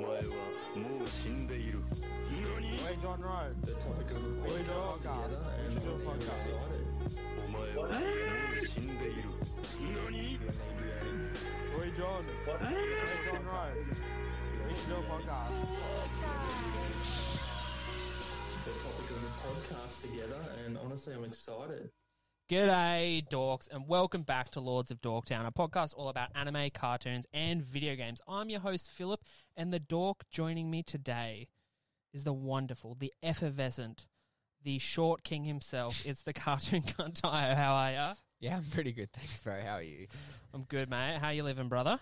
もう死んでいる何 John Rowe. The topic of the Wait, no, guys. and Should do a let's get podcast. started. お前はもう死んでいる何 Roy John. Roy John Rowe. We should do a podcast. The topic of the podcast together, and honestly, I'm excited. G'day, dorks, and welcome back to Lords of Dorktown, a podcast all about anime, cartoons, and video games. I'm your host, Philip, and the dork joining me today is the wonderful, the effervescent, the short king himself. it's the cartoon Kantayo. How are ya? Yeah, I'm pretty good. Thanks, bro. How are you? I'm good, mate. How you living, brother?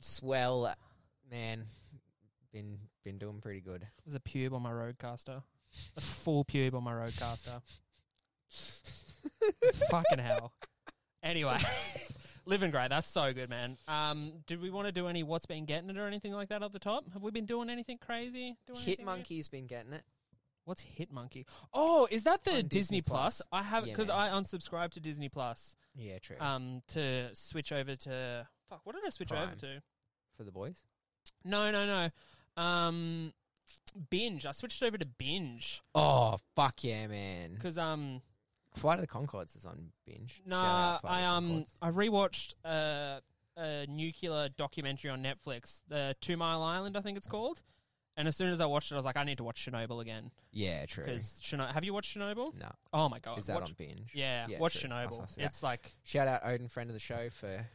Swell, man. Been been doing pretty good. There's a pube on my roadcaster. A full pube on my roadcaster. Fucking hell. Anyway, living great. That's so good, man. Um, did we want to do any what's been getting it or anything like that up the top? Have we been doing anything crazy? Doing Hit anything new? Monkey's been getting it. What's Hit Monkey? Oh, is that the On Disney, Disney Plus? Plus. I have Yeah, because man. I unsubscribed to Disney Plus Yeah, true. um, to switch over to fuck. What did I switch over Prime. to? For the boys, No, no, no. Um, binge. I switched over to binge oh fuck yeah, man! because um. Flight of the Concords is on binge. No, Shout out Flight I of the um Conchords. I rewatched a, a nuclear documentary on Netflix, the Two Mile Island, I think it's called. And as soon as I watched it, I was like, I need to watch Chernobyl again yeah, true. because Chernobyl. Have you watched Chernobyl? No, Oh my god, is that watch, on binge? yeah, Yeah, watch true. Chernobyl. Us, us, yeah. It's like Shout out Odin, friend of the show, for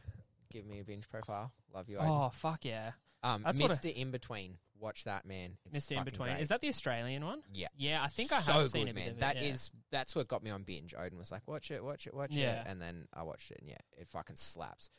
giving me a binge profile. Love you, Odin. oh fuck yeah, um, that's what I- Mister In Between. Watch that, man. It's Mr. In fucking Between. great. Is that the Australian one? Yeah. Yeah, I think I have so seen good, a bit man. of it. That yeah. is- that's what got me on binge. Odin was like, "Watch it, watch it, watch Yeah. it," and then I watched it, and yeah, it fucking slaps.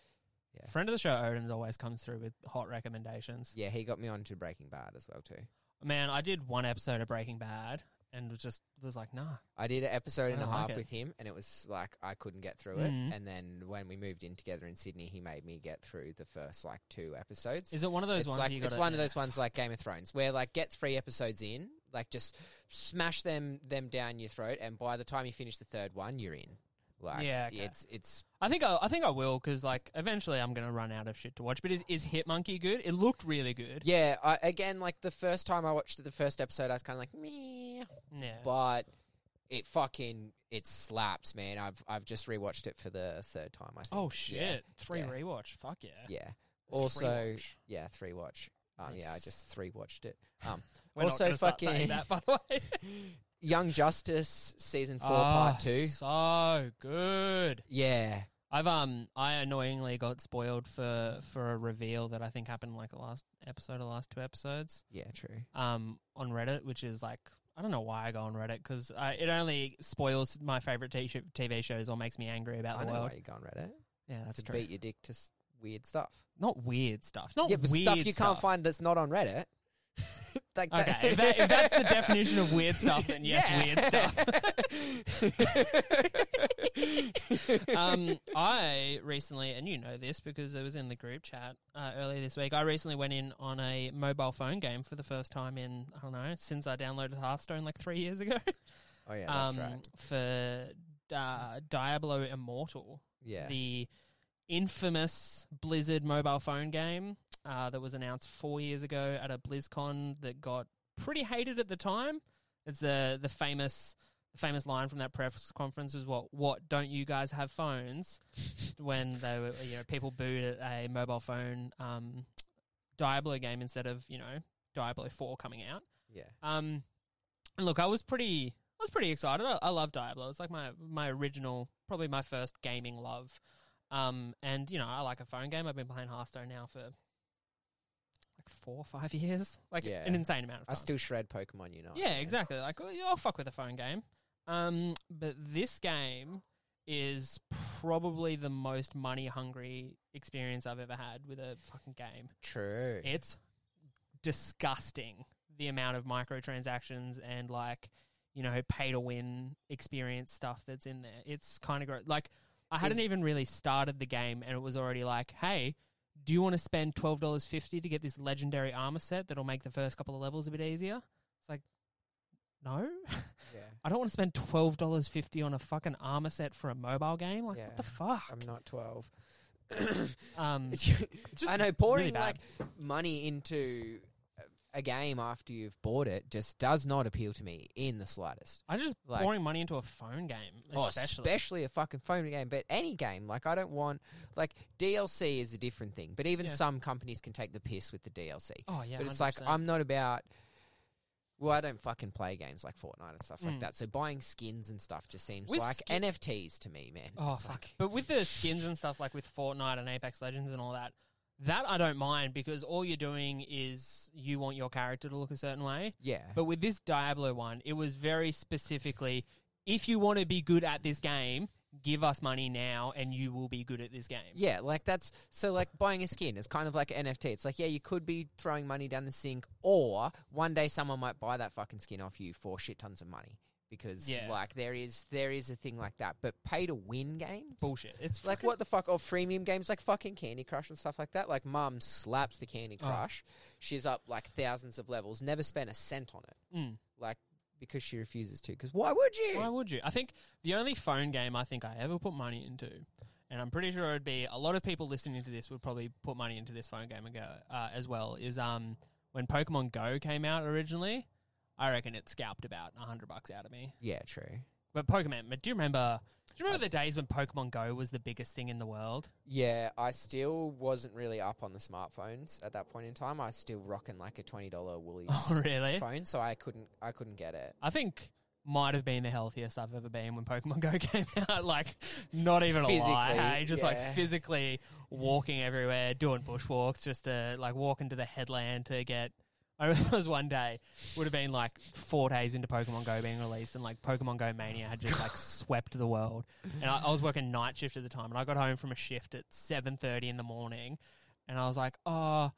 yeah. friend of the show. Odin's always comes through with hot recommendations. Yeah, he got me onto Breaking Bad as well too. Man, I did one episode of Breaking Bad and was just was like, nah, I did an episode and I a like half it. with him, and it was like I couldn't get through Mhm. it. And then when we moved in together in Sydney, he made me get through the first like two episodes. is it one of those it's ones? like you it's gotta- one of yeah. those ones like Game of Thrones, where like get three episodes in, like just smash them them down your throat, and by the time you finish the third one, you're in. Like, Yeah, okay. it's it's I think I, I think I will because like eventually I'm gonna run out of shit to watch. But is is Hit Monkey good? It looked really good. Yeah, I, again, like the first time I watched it, the first episode, I was kind of like, meh. Yeah. But it fucking it slaps, man. I've I've just rewatched it for the third time. I think. oh shit! Three yeah. rewatch. Fuck yeah. Yeah. yeah. Also, watch. yeah, three watch. Um, Yeah, I Nice. just three watched it. Um, We're not also, gonna start saying fucking that by the way. Young Justice season four, Four part two. So good. Yeah, I've um I annoyingly got spoiled for for a reveal that I think happened like the last episode or last two episodes. yeah, true. um, on Reddit, which is like I don't know why I go on Reddit because it only spoils my favorite t- sh- TV shows or makes me angry about the I know world. why you go on Reddit Yeah, that's to true. beat your dick to s- weird stuff. Not weird stuff. Not yeah, but weird stuff you can't find that's not on Reddit. like that- Okay, if, that, if that's the definition of weird stuff, then yes, weird stuff. um, I recently, and you know this because it was in the group chat uh, earlier this week. I recently went in on a mobile phone game for the first time in I don't know since I downloaded Hearthstone like three years ago. Oh yeah, that's um, right. For uh, Diablo Immortal, Yeah, the infamous Blizzard mobile phone game uh, that was announced four years ago at a BlizzCon that got pretty hated at the time. It's the the famous the famous line from that press conference was what what don't you guys have phones when they were you know people booed at a mobile phone um, Diablo game instead of you know Diablo four coming out. yeah. Um, and look, I was pretty, I was pretty excited. I, I love Diablo. It's like my my original, probably my first gaming love. Um, and you know, I like a phone game. I've been playing Hearthstone now for like four or five years, like Yeah. an insane amount of I time. still shred Pokemon Unite. yeah, exactly. Like oh, yeah, I'll fuck with a phone game. Um, but this game is probably the most money hungry experience I've ever had with a fucking game. True. It's disgusting the amount of microtransactions and like you know pay to win experience stuff that's in there. It's kind of gross. Like I hadn't Is- even really started the game and it was already like, hey. Do you want to spend twelve dollars fifty to get this legendary armor set that'll make the first couple of levels a bit easier? It's like, no, yeah. I don't want to spend twelve dollars fifty on a fucking armor set for a mobile game. Like, Yeah. what the fuck? I'm not 12. um, I know pouring really bad. like money into uh, a game after you've bought it just does not appeal to me in the slightest. I just Like- pouring money into a phone game, Oh, especially. especially a fucking phone game, but any game. Like, I don't want like DLC is a different thing, but even Yeah. some companies can take the piss with the DLC. oh yeah, but it's like 100%. I'm not about. Well, I don't fucking play games like Fortnite and stuff Mm. like that. So buying skins and stuff just seems With like skin- NFTs to me, man. Oh It's fuck! like- but with the skins and stuff, like with Fortnite and Apex Legends and all that, that I don't mind because all you're doing is you want your character to look a certain way. yeah, But with this Diablo one, it was very specifically, if you want to be good at this game, give us money now, and you will be good at this game. yeah, like that's so like buying a skin is kind of like an NFT. It's like yeah, you could be throwing money down the sink, or one day someone might buy that fucking skin off you for shit tons of money because Yeah. like there is there is a thing like that. But pay to win games, Bullshit. It's Like fucking- what the fuck? Or freemium games like fucking Candy Crush and stuff like that. Like mum slaps the Candy Oh. Crush. She's up like thousands of levels. Never spent a cent on it Mm. because she refuses to. Because why would you? Why would you? I think the only phone game I think I ever put money into, and I'm pretty sure it'd be a lot of people listening to this would probably put money into this phone game ago, uh, as well. Is um when Pokemon Go came out originally, I reckon it scalped about a hundred bucks out of me. yeah, true. But Pokemon, but do you remember? Do you remember the days when Pokemon Go was the biggest thing in the world? Yeah, I still wasn't really up on the smartphones at that point in time. I was still rocking like a twenty dollar Woolies Oh, really? phone, so I couldn't I couldn't get it. I think might have been the healthiest I've ever been when Pokemon Go came out. Like, not even a lie. Physically, Hey, just like yeah. physically walking everywhere, doing bushwalks, just to like walk into the headland to get. I remember there was one day would have been like four days into Pokemon Go being released, and like Pokemon Go mania had just like swept the world. And I, I was working night shift at the time, and I got home from a shift at seven thirty in the morning, and I was like, oh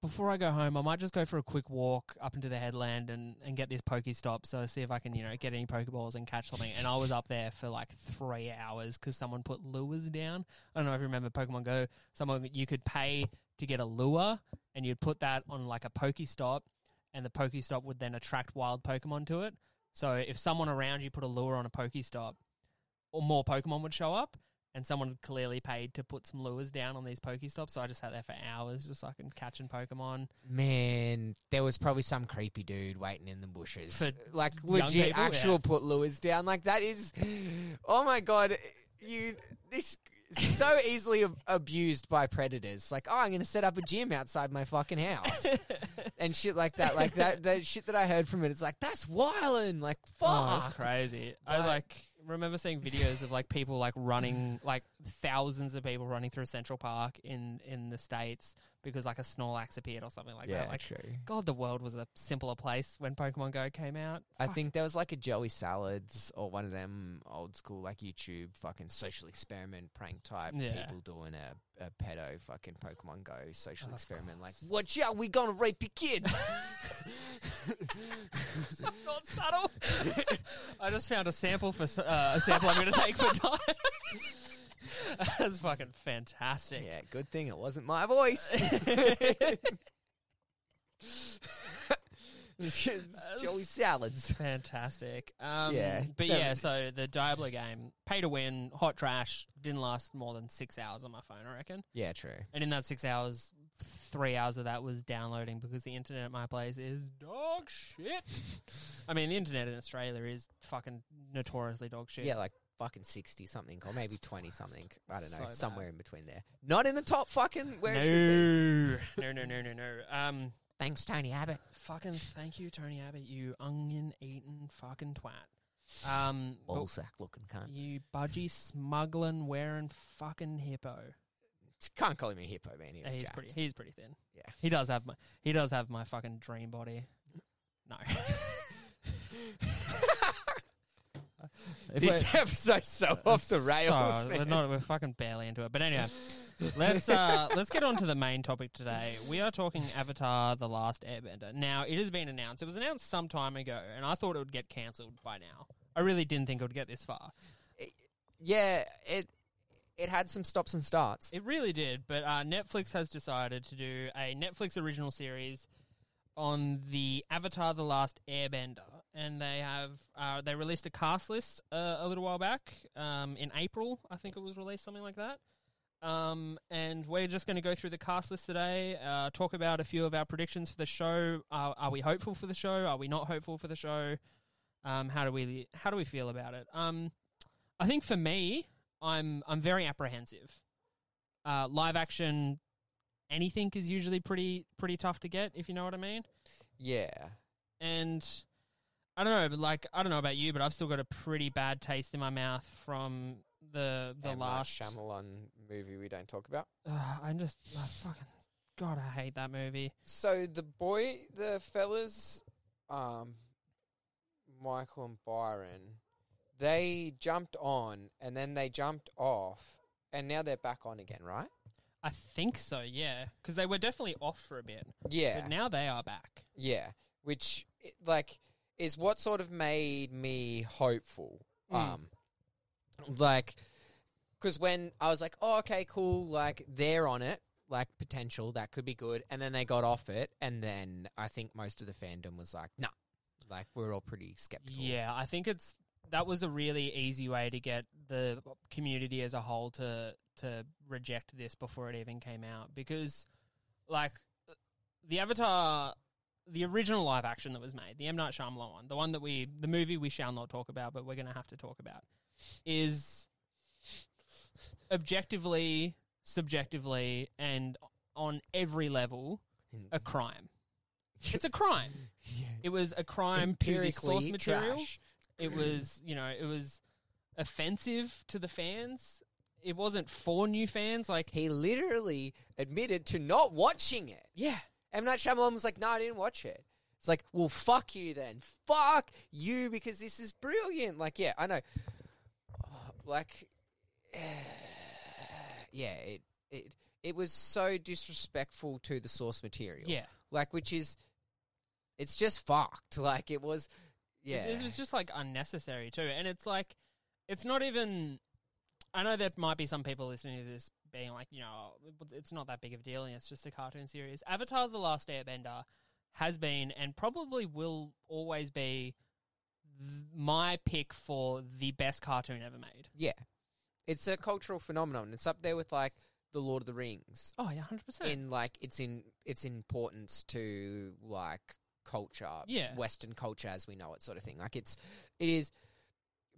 before I go home, I might just go for a quick walk up into the headland and, and get this Pokestop. So see if I can, you know, get any Pokeballs and catch something. And I was up there for like three hours because someone put lures down. I don't know if you remember Pokemon Go. Someone you could pay to get a lure, and you'd put that on like a Pokestop, and the Pokestop would then attract wild Pokemon to it. So if someone around you put a lure on a Pokestop, or more Pokemon would show up. And someone had clearly paid to put some lures down on these Pokestops, so I just sat there for hours, just fucking catching Pokemon. Man, there was probably some creepy dude waiting in the bushes. For like young legit people, actual yeah. put lures down. Like that is oh my god, you this is so easily ab- abused by predators. Like, oh, I'm going to set up a gym outside my fucking house. and shit like that. Like that that shit that I heard from it. It's like that's wildin'. Like fuck. Oh, that's crazy. I Like- like remember seeing videos of like people like running like thousands of people running through Central Park in in the states because like a Snorlax appeared or something like that. Like true. God, the world was a simpler place when Pokemon Go came out. I Fuck. think there was like a Joey Salads or one of them old school like YouTube fucking social experiment prank type Yeah. people doing a, a pedo fucking Pokemon Go social Of experiment like course. watch out we gonna rape your kids not subtle. I just found a sample for s- uh, a sample I'm going to take for time. That's fucking fantastic. yeah good thing it wasn't my voice It's Joey Salads Fantastic. Um, Yeah. But That- yeah, so the Diablo game, pay to win, hot trash, didn't last more than six hours on my phone, I reckon. yeah true And in that six hours, three hours of that was downloading because the internet at my place is dog shit. I mean, the internet in Australia is fucking notoriously dog shit. yeah like fucking 60 something or maybe 20 something I don't It's know so bad. somewhere in between there not in the top fucking where it should be. no. no, no, no, no, no. Um, thanks Tony Abbott fucking thank you, Tony Abbott, you onion eating fucking twat. Um, but ballsack looking cunt. you budgie smuggling wearing fucking hippo. Can't call him a hippo man. He was he's jacked. pretty. He's pretty thin. Yeah. he does have my. He does have my fucking dream body. No. If this we're- episode's so off the Uh, So, rails. we're man. not. We're fucking barely into it. But anyway, let's uh, let's get on to the main topic today. We are talking Avatar: The Last Airbender. Now, it has been announced. It was announced some time ago, and I thought it would get cancelled by now. I really didn't think it would get this far. yeah, it it had some stops and starts. It really did, but uh, Netflix has decided to do a Netflix original series on the Avatar: The Last Airbender, and they have uh, they released a cast list uh, a little while back um, in April, I think it was released, something like that. Um, and we're just going to go through the cast list today, uh, talk about a few of our predictions for the show. Are, are we hopeful for the show? Are we not hopeful for the show? Um, how do we how do we feel about it? Um, I think for me, I'm I'm very apprehensive. Uh, live action, anything is usually pretty pretty tough to get, if you know what I mean Yeah. and I don't know, but like I don't know about you, but I've still got a pretty bad taste in my mouth from the the M. Night last. Shyamalan movie we don't talk about. Ugh, I'm just I fucking God, I hate that movie. So the boy, the fellas, um, Michael and Byron, they jumped on and then they jumped off, and now they're back on again, right? I think so, yeah, because they were definitely off for a bit, Yeah, but now they are back. yeah. Which i- like is what sort of made me hopeful. Mm. Um, like because when I was like, oh, okay, cool, like they're on it. Like potential that could be good, and then they got off it, and then I think most of the fandom was like, "Nah," like we're all pretty skeptical. Yeah, I think it's that was a really easy way to get the community as a whole to to reject this before it even came out because like the Avatar the original live action that was made, the M Night Shyamalan one, the one that we the movie we shall not talk about but we're going to have to talk about is objectively, subjectively and on every level a crime. It's a crime. It was a crime to the source Empirically material. trash. It was, you know, it was offensive to the fans. It wasn't for new fans. Like, He literally admitted to not watching it. yeah, M Night Shyamalan was like, "No, I didn't watch it." It's like, "Well, fuck you then, fuck you," because this is brilliant. Like, yeah, I know. Like, yeah, it it it was so disrespectful to the source material. yeah. like which is, it's just fucked. Like it was, It- yeah, It, was just like unnecessary too. And it's like, it's not even. I know there might be some people listening to this being like, you know, oh, it's not that big of a deal, and it's just a cartoon series. Avatar: The Last Airbender has been and probably will always be th- my pick for the best cartoon ever made. yeah. It's a cultural phenomenon. It's up there with like the Lord of the Rings. Oh yeah, hundred percent. in like its in its importance to like culture, Yeah. Western culture as we know it, sort of thing. Like it's it is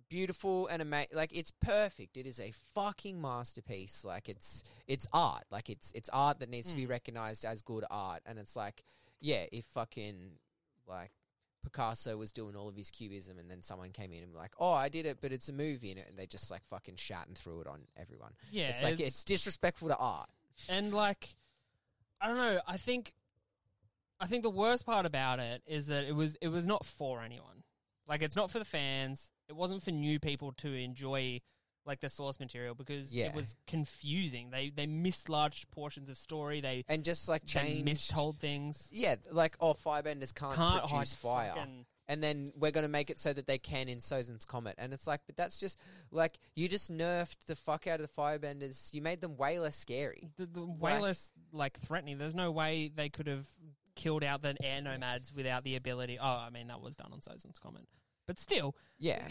beautiful and amazing. Like it's perfect. It is a fucking masterpiece. Like it's it's art. Like it's it's art that needs to Hmm. be recognized as good art. And it's like yeah, if fucking like. Picasso was doing all of his cubism, and then someone came in and like, "Oh, I did it, but it's a movie," and it- and they just like fucking shat and threw it on everyone. Yeah, it's like it's disrespectful to art. and like I don't know. I think I think the worst part about it is that it was it was not for anyone. Like it's not for the fans. It wasn't for new people to enjoy like the source material because Yeah. it was confusing. They they mislarged portions of story. They and just like they change mistold things. Yeah, like oh, firebenders can't, Can't hide produce fire, fucking- and then we're going to make it so that they can in Sozin's Comet, and it's like, but that's just like you just nerfed the fuck out of the firebenders. You made them way less scary. The, the way Like- less like threatening. There's no way they could have killed out the air nomads without the ability. Oh, I mean that was done on Sozin's comment, but still, Yeah,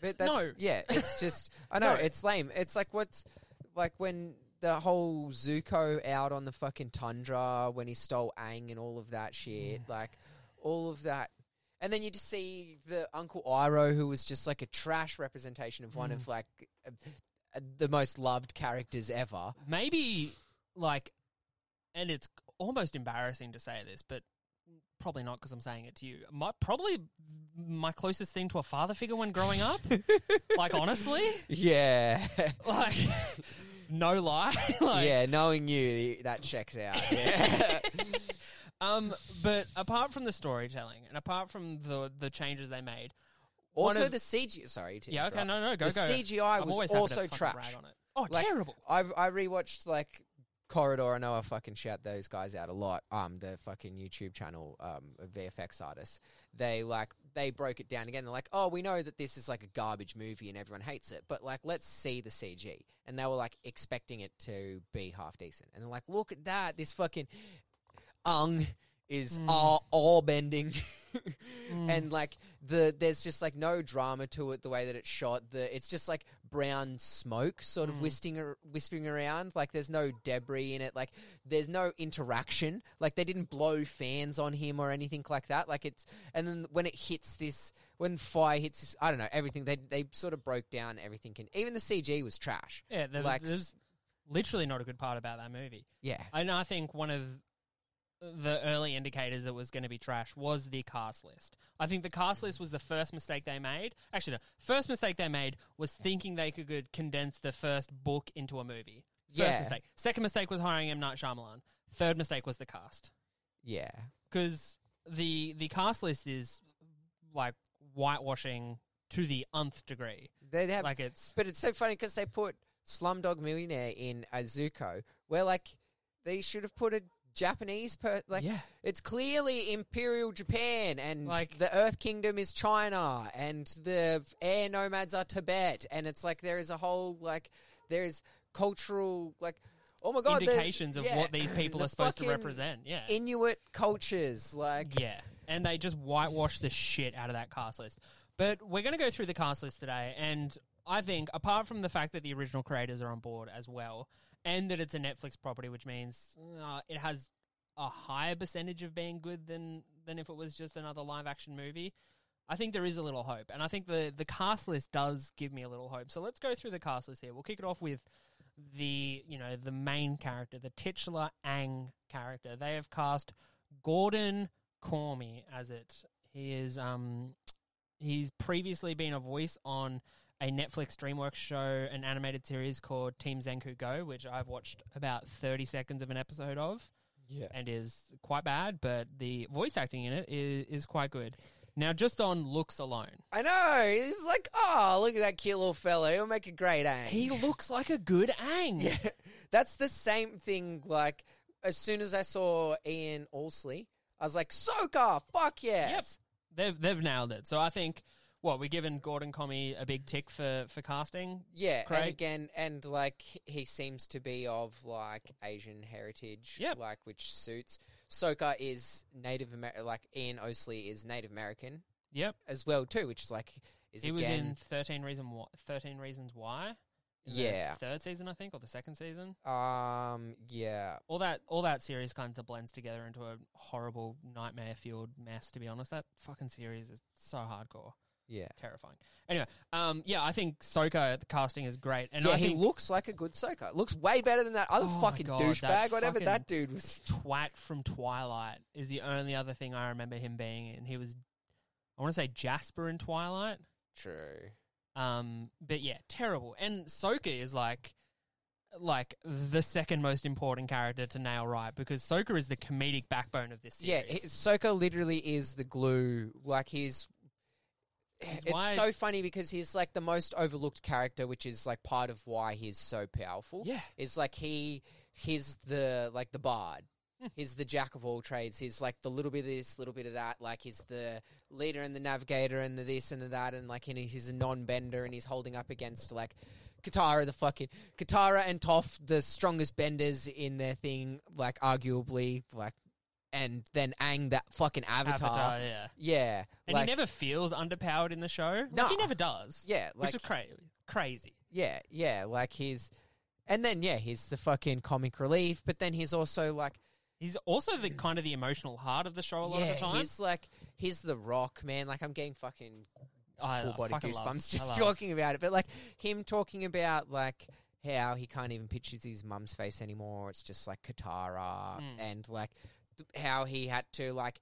but that's uh, no. yeah, it's just I know No. it's lame. It's like what's like when. The whole Zuko out on the fucking tundra when he stole Aang and all of that shit, like all of that And then you just see the Uncle Iroh, who was just like a trash representation of one of Mm. like uh, uh, the most loved characters ever. maybe like, and it's almost embarrassing to say this, but probably not because I'm saying it to you. My probably my closest thing to a father figure when growing up, like honestly, Yeah, like no lie, like yeah. Knowing you, that checks out. Yeah. um. But apart from the storytelling and apart from the the changes they made, one also, of- the CGI. Sorry, to yeah, okay, interrupt. no, no, go the go. CGI I'm was always happy to also fucking trash. rag on it. Oh, Like, terrible. I've I rewatched like Corridor. I know I fucking shout those guys out a lot. Um, the fucking YouTube channel, um, of VFX artists. They like they broke it down again. They're like, oh, we know that this is like a garbage movie and everyone hates it, but like let's see the CG. And they were like expecting it to be half decent, and they're like, look at that, this fucking ung is Hmm. all, all bending and like the there's just like no drama to it the way that it's shot the it's just like brown smoke sort of whisting ar- wisping around. Like there's no debris in it. Like there's no interaction. Like they didn't blow fans on him or anything like that. Like it's and then when it hits this, when fire hits, this, I don't know everything. They they sort of broke down everything, and even the CG was trash. Yeah, there, Like s- there's literally not a good part about that movie. Yeah, And I think one of the early indicators that was going to be trash was the cast list. I think the cast list was the first mistake they made. Actually, the first mistake they made was thinking they could- could condense the first book into a movie. First Yeah. mistake. Second mistake was hiring M. Night Shyamalan. Third mistake was the cast. yeah, Because the, the cast list is like whitewashing to the nth degree. they'd have Like it's. But it's so funny because they put Slumdog Millionaire in Azuko, where like they should have put a Japanese per like Yeah. it's clearly Imperial Japan and Like- the Earth Kingdom is China and the air nomads are Tibet and it's like there is a whole like there is cultural like oh my god the- indications of yeah, what these people the are supposed to fucking represent. Yeah. Inuit cultures like Yeah. And they just whitewash the shit out of that cast list. But we're going to go through the cast list today. And I think, apart from the fact that the original creators are on board as well, and that it's a Netflix property, which means uh, it has a higher percentage of being good than, than if it was just another live action movie. I think there is a little hope. And I think the, the cast list does give me a little hope. So let's go through the cast list here. We'll kick it off with the, you know, the main character, the titular Ang character. They have cast Gordon Cormie as it. He is um he's previously been a voice on a Netflix DreamWorks show, an animated series called Team Zenku Go, which I've watched about thirty seconds of an episode of yeah and is quite bad, but the voice acting in it is, is quite good. Now, just on looks alone, I know it's like oh look at that cute little fella he'll make a great aim he looks like a good Ang. Yeah, that's the same thing. Like as soon as I saw Ian Alsley, I was like, "Soka, fuck yes!" They've they've nailed it. So I think what we're giving Gordon Cormie a big tick for for casting. Yeah, and Great. again, and like he seems to be of like Asian heritage, Yep. like which suits. Soka is Native American, like Ian Osley is Native American Yep. as well too, which is like is he was again, in Thirteen Reason Why. Thirteen Reasons Why. in the Yeah. third season I think, or the second season. um, yeah, All that all that series kind of blends together into a horrible nightmare fueled mess. To be honest, that fucking series is so hardcore, yeah, terrifying. Anyway, um, yeah, I think Soka the casting is great, and yeah. I he think looks like a good Soka. Looks way better than that other Oh my fucking God, that douchebag, whatever fucking- that dude was. twat from Twilight is the only other thing I remember him being in. He was, I want to say Jasper in Twilight. True. Um, but yeah, terrible. And Soka is like, like the second most important character to nail right because Soka is the comedic backbone of this Yeah, series. it, Soko literally is the glue. Like he's, it's why- so funny because he's like the most overlooked character, which is like part of why he's so powerful. Yeah. is like he, he's the like the bard. Hmm. He's the jack of all trades. He's like the little bit of this, little bit of that. Like he's the leader and the navigator and the this and the that. And like and he's a non-bender and he's holding up against like Katara, the fucking Katara and Toph, the strongest benders in their thing. Like arguably, like and then Ang, that fucking avatar. Avatar, yeah. Yeah, And like, he never feels underpowered in the show. Like, Nah. he never does. Yeah, which like is crazy. Crazy. yeah, yeah, like he's, and then yeah, he's the fucking comic relief, but then he's also like, He's also the kind of the emotional heart of the show a lot yeah, of the time. he's like, he's the Rock man. Like I'm getting fucking I full body fucking goosebumps love- I just love- talking about it. But like him talking about like how he can't even picture his mum's face anymore. It's just like Katara Mm. and like th- how he had to like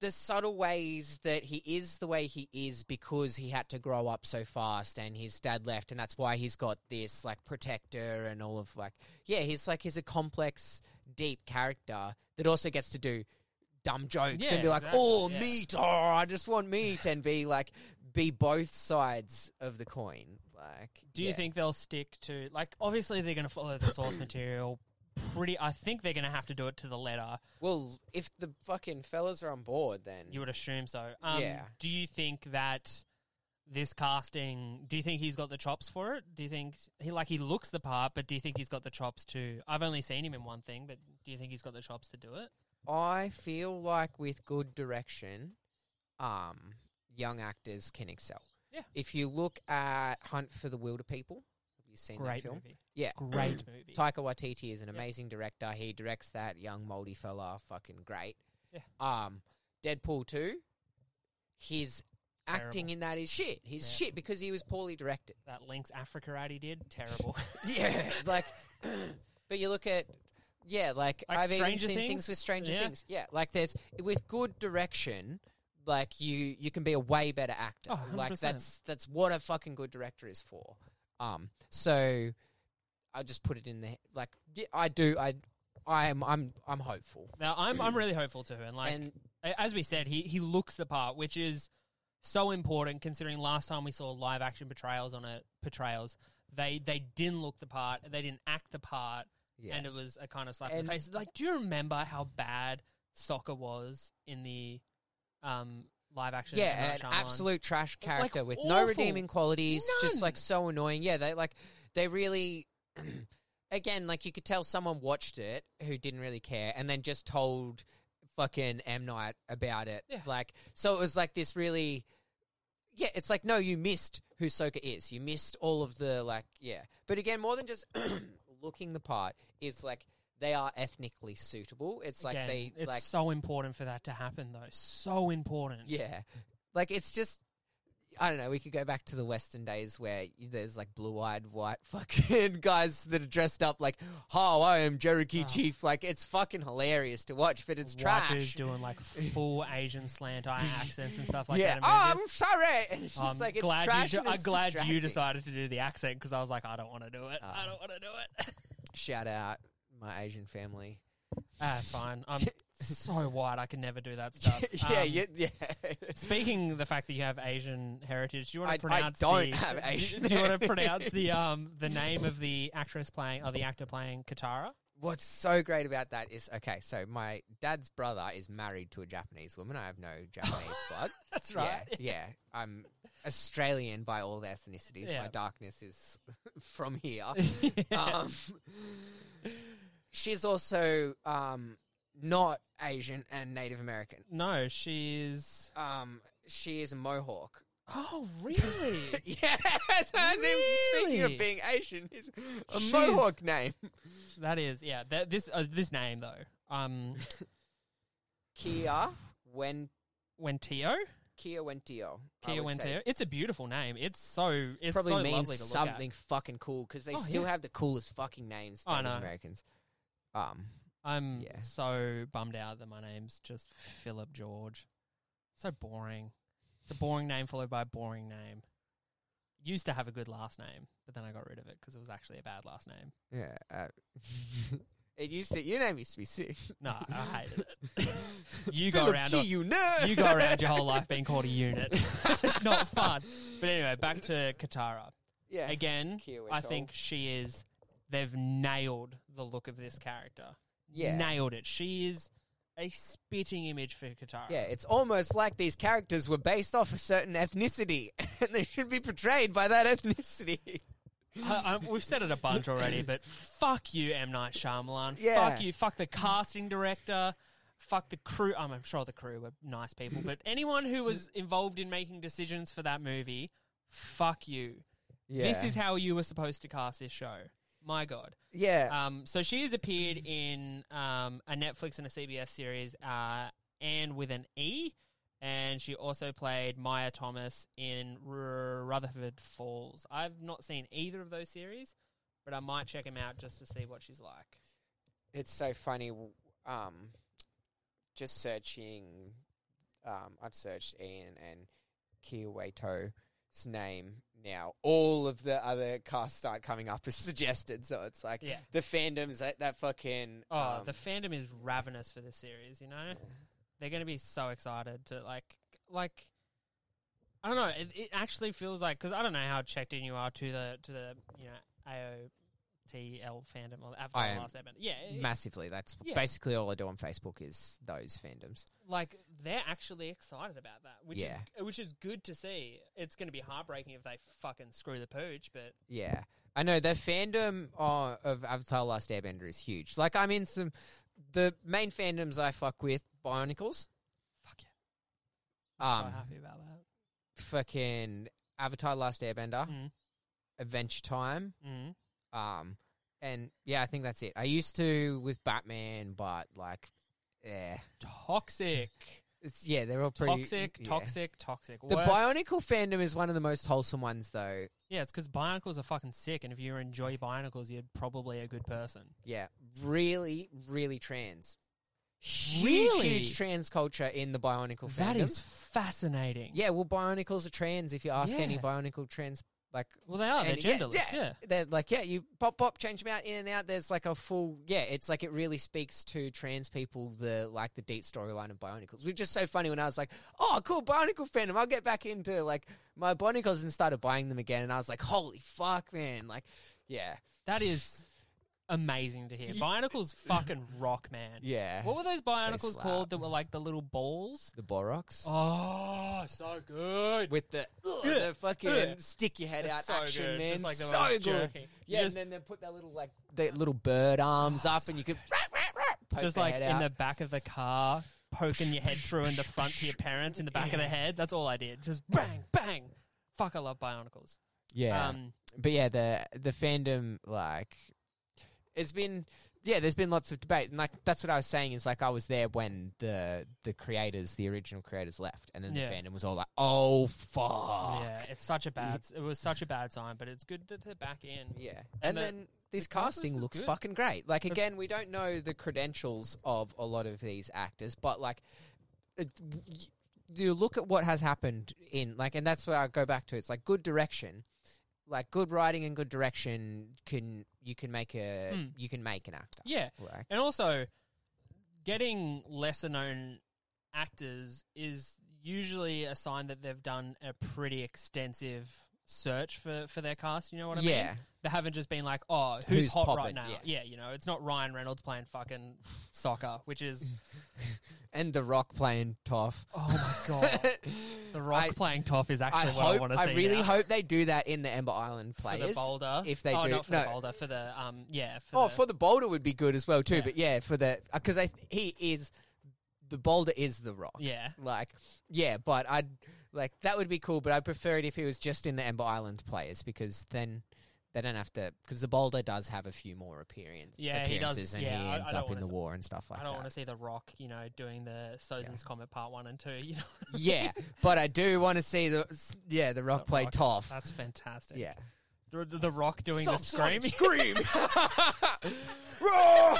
the subtle ways that he is the way he is because he had to grow up so fast and his dad left and that's why he's got this like protector and all of like yeah he's like he's a complex deep character that also gets to do dumb jokes Yeah, and be like exactly, oh yeah. meat oh I just want meat and be like be both sides of the coin like Do you yeah. think they'll stick to like? Obviously, they're going to follow the source material. Pretty, I think they're going to have to do it to the letter. well if the fucking fellas are on board then You would assume so. Um, Yeah. Do you think that this casting? Do you think he's got the chops for it? Do you think he like he looks the part, but do you think he's got the chops to? I've only seen him in one thing, but do you think he's got the chops to do it? I feel like with good direction, um, young actors can excel. Yeah. If you look at Hunt for the Wilder People, have you seen that Great film? movie. Yeah. Great movie. Taika Waititi is an Yep. amazing director. He directs that young moldy fella, fucking great. Yeah. Um, Deadpool two, his acting Terrible. in that is shit. He's Yeah. shit because he was poorly directed. that Link's Africa ad he did, terrible. Yeah, like, but you look at. Yeah, like, Like I've even Stranger seen things? Things? with Stranger Yeah. Things. Yeah, like there's with good direction, like you you can be a way better actor. Oh, 100%. like that's that's what a fucking good director is for. Um, so I just put it in there. Like yeah, I do. I I'm I'm I'm hopeful. now I'm I'm really hopeful too, and like and a- as we said, he he looks the part, which is so important considering last time we saw live action portrayals on it portrayals, they they didn't look the part, they didn't act the part, yeah, and it was a kind of slap in And- the face. Like, do you remember how bad soccer was in the um live action? M. yeah, Night an Shyamalan? absolute trash Like, character with no awful. redeeming qualities. Just like None. so annoying. Yeah, they like they really. Again, like you could tell someone watched it who didn't really care and then just told fucking M. Night about it. Yeah. Like, so it was like this really. Yeah, it's like, no, you missed who Soka is. You missed all of the, like, yeah. But again, more than just looking the part, is like they are ethnically suitable. It's like Again, they. it's like, so important for that to happen, though. So important. yeah. Like it's just I don't know, we could go back to the western days where y- there's like blue-eyed white fucking guys that are dressed up like, "Oh, I am Cherokee Oh. Chief." Like it's fucking hilarious to watch, but it's White dudes trash. doing like full Asian slant eye accents and stuff like that. yeah. in Oh, movies. I'm sorry. And it's just I'm like it's glad trash. You, and I'm it's glad you distracting. decided to do the accent because I was like, I don't want to do it. I Ah. don't want to do it. Shout out my Asian family. ah, it's fine. I'm so white. I can never do that stuff. yeah, Um, yeah, yeah. Um, Speaking of the fact that you have Asian heritage, do you want I- I to pronounce? don't the, have Asian Do, you want to heritage. pronounce the um the name of the actress playing or the actor playing Katara? What's so great about that is okay, so my dad's brother is married to a Japanese woman. I have no Japanese blood. That's Yeah, yeah. I'm Australian by all ethnicities. Yeah. My darkness is from here. Yeah. um, she's also um, not Asian and Native American. no, she's. Um, she is a Mohawk. Oh, really? yeah, so I think speaking Really? of being Asian, is a She's- Mohawk name. that is, yeah. That, this uh, this name though, um, Kia Wen Wentio. Kia Wentio. I Kia would say. Wenteo. It's a beautiful name. It's so it's Probably so lovely means to look something fucking cool because they Oh, still yeah. have the coolest fucking names. I Native know. Americans. Um, At. I'm Yeah. so bummed out that my name's just Philip George. So boring. It's a boring name followed by a boring name. Used to have a good last name, but then I got rid of it because it was actually a bad last name. Yeah. Uh, it used to. Your name used to be sick. No, I hated it. you go around. G, you nerd. you go around your whole life being called a unit. it's not fun. But anyway, back to Katara. Yeah. Again, Kia I Wentole. think she is. They've nailed the look of this character. Yeah. Nailed it. She is a spitting image for Katara. Yeah, it's almost like these characters were based off a certain ethnicity, and they should be portrayed by that ethnicity. I, I, we've said it a bunch already, but fuck you, M. Night Shyamalan. Yeah. Fuck you. Fuck the casting director. Fuck the crew. Um, I'm sure the crew were nice people, but anyone who was involved in making decisions for that movie, fuck you. Yeah. This is how you were supposed to cast this show. My God. yeah. Um, so she has appeared in um, a Netflix and a CBS series, uh, Anne with an E, and she also played Maya Thomas in R- Rutherford Falls. I've not seen either of those series, but I might check them out just to see what she's like. it's so funny. w- Um, just searching. Um, I've searched Ian and Kiwato's name now. All of the other casts start coming up as suggested, so it's like Yeah. the fandoms that, that fucking. Oh, um, the fandom is ravenous for this series. You know, they're going to be so excited to like, like, I don't know. It, it actually feels like because I don't know how checked in you are to the to the you know AOTL fandom or Avatar: I The am Last Airbender. Yeah, it- massively. That's Yeah. basically all I do on Facebook is those fandoms. like they're actually excited about that, which Yeah. is which is good to see. It's going to be heartbreaking if they fucking screw the pooch, but Yeah, I know the fandom uh, of Avatar: Last Airbender is huge. Like I'm in some the main fandoms I fuck with: Bionicles, fuck yeah, I'm so um, happy about that. fucking Avatar: Last Airbender, Mm. Adventure Time, Mm. um, and yeah, I think that's it. I used to with Batman, but like, yeah, Toxic. it's yeah, they're all pretty Toxic, yeah. toxic, toxic. The Worst. Bionicle fandom is one of the most wholesome ones, though. yeah, it's because Bionicles are fucking sick, and if you enjoy Bionicles, you're probably a good person. Yeah, really, really trans. Huge, Really? huge trans culture in the Bionicle fandom. That is fascinating. yeah. Well, Bionicles are trans. If you ask any Yeah. Bionicle trans, like Well, they are. They're And yeah, genderless. yeah, Yeah. they're like, yeah, you pop, pop, change them out, in and out. There's like a full, yeah, it's like it really speaks to trans people, the like the deep storyline of Bionicles, which is so funny when I was like, oh, cool, Bionicle fandom. I'll get back into like my Bionicles and started buying them again. And I was like, holy fuck, man. Like, yeah, That is amazing to hear. Ye- Bionicles fucking rock, man. yeah. What were those Bionicles slap. called that were like the little balls? the Borox? Oh, so good. With the, the fucking stick your head They're out so action, good. man. Just like they were, so like, good. jerking. You Yeah, just- and then they put that little like the little bird arms up, and you could poke Just their like head in out. the back of the car, poking your head through in the front to your parents in the back of the head. That's all I did. Just bang, bang. Fuck, I love Bionicles. yeah. Um, but yeah, the the fandom like it's been yeah, there's been lots of debate, and like that's what I was saying is like I was there when the the creators, the original creators, left, and then Yeah. the fandom was all like, "Oh fuck, yeah, it's such a bad. It was such a bad sign, but it's good that they're back in. Yeah. And And, the- then this the cast casting is looks good. fucking great. Like again, we don't know the credentials of a lot of these actors, but like it, y- you look at what has happened in like and that's where I go back to it's like good direction. Like good writing and good direction can you can make a Mm. you can make an actor. Yeah, Like And also, getting lesser known actors is usually a sign that they've done a pretty extensive search for, for their cast. You know what I mean? yeah. They haven't just been like, oh, who's, Who's hot poppin'? right now? Yeah. you know, it's not Ryan Reynolds playing fucking soccer, which is, And The Rock playing Toff. oh my God. The Rock I- playing Toff is actually I what I hope want to see. I really now. hope they do that in the Ember Island For players. the boulder, if they oh, do- not for no. the boulder, for the um, yeah, for oh, the, for the boulder would be good as well too. Yeah. But yeah, for the because I th- he is the boulder is the rock. yeah, Like yeah, but I'd like that would be cool. But I would prefer it if he was just in the Ember Island players because then they don't have to because the boulder does have a few more appearance. Yeah, he does. appearances and Yeah, he I- I ends don't up in wanna the s- war and stuff like I don't that. want to see the Rock, you know, doing the Sozin's Comet Part One and Two. You know, yeah, but I do want to see the s- yeah the rock The play Rock. Toph. that's fantastic. Yeah, The, the Rock doing the Subsonic screaming. scream. Roar!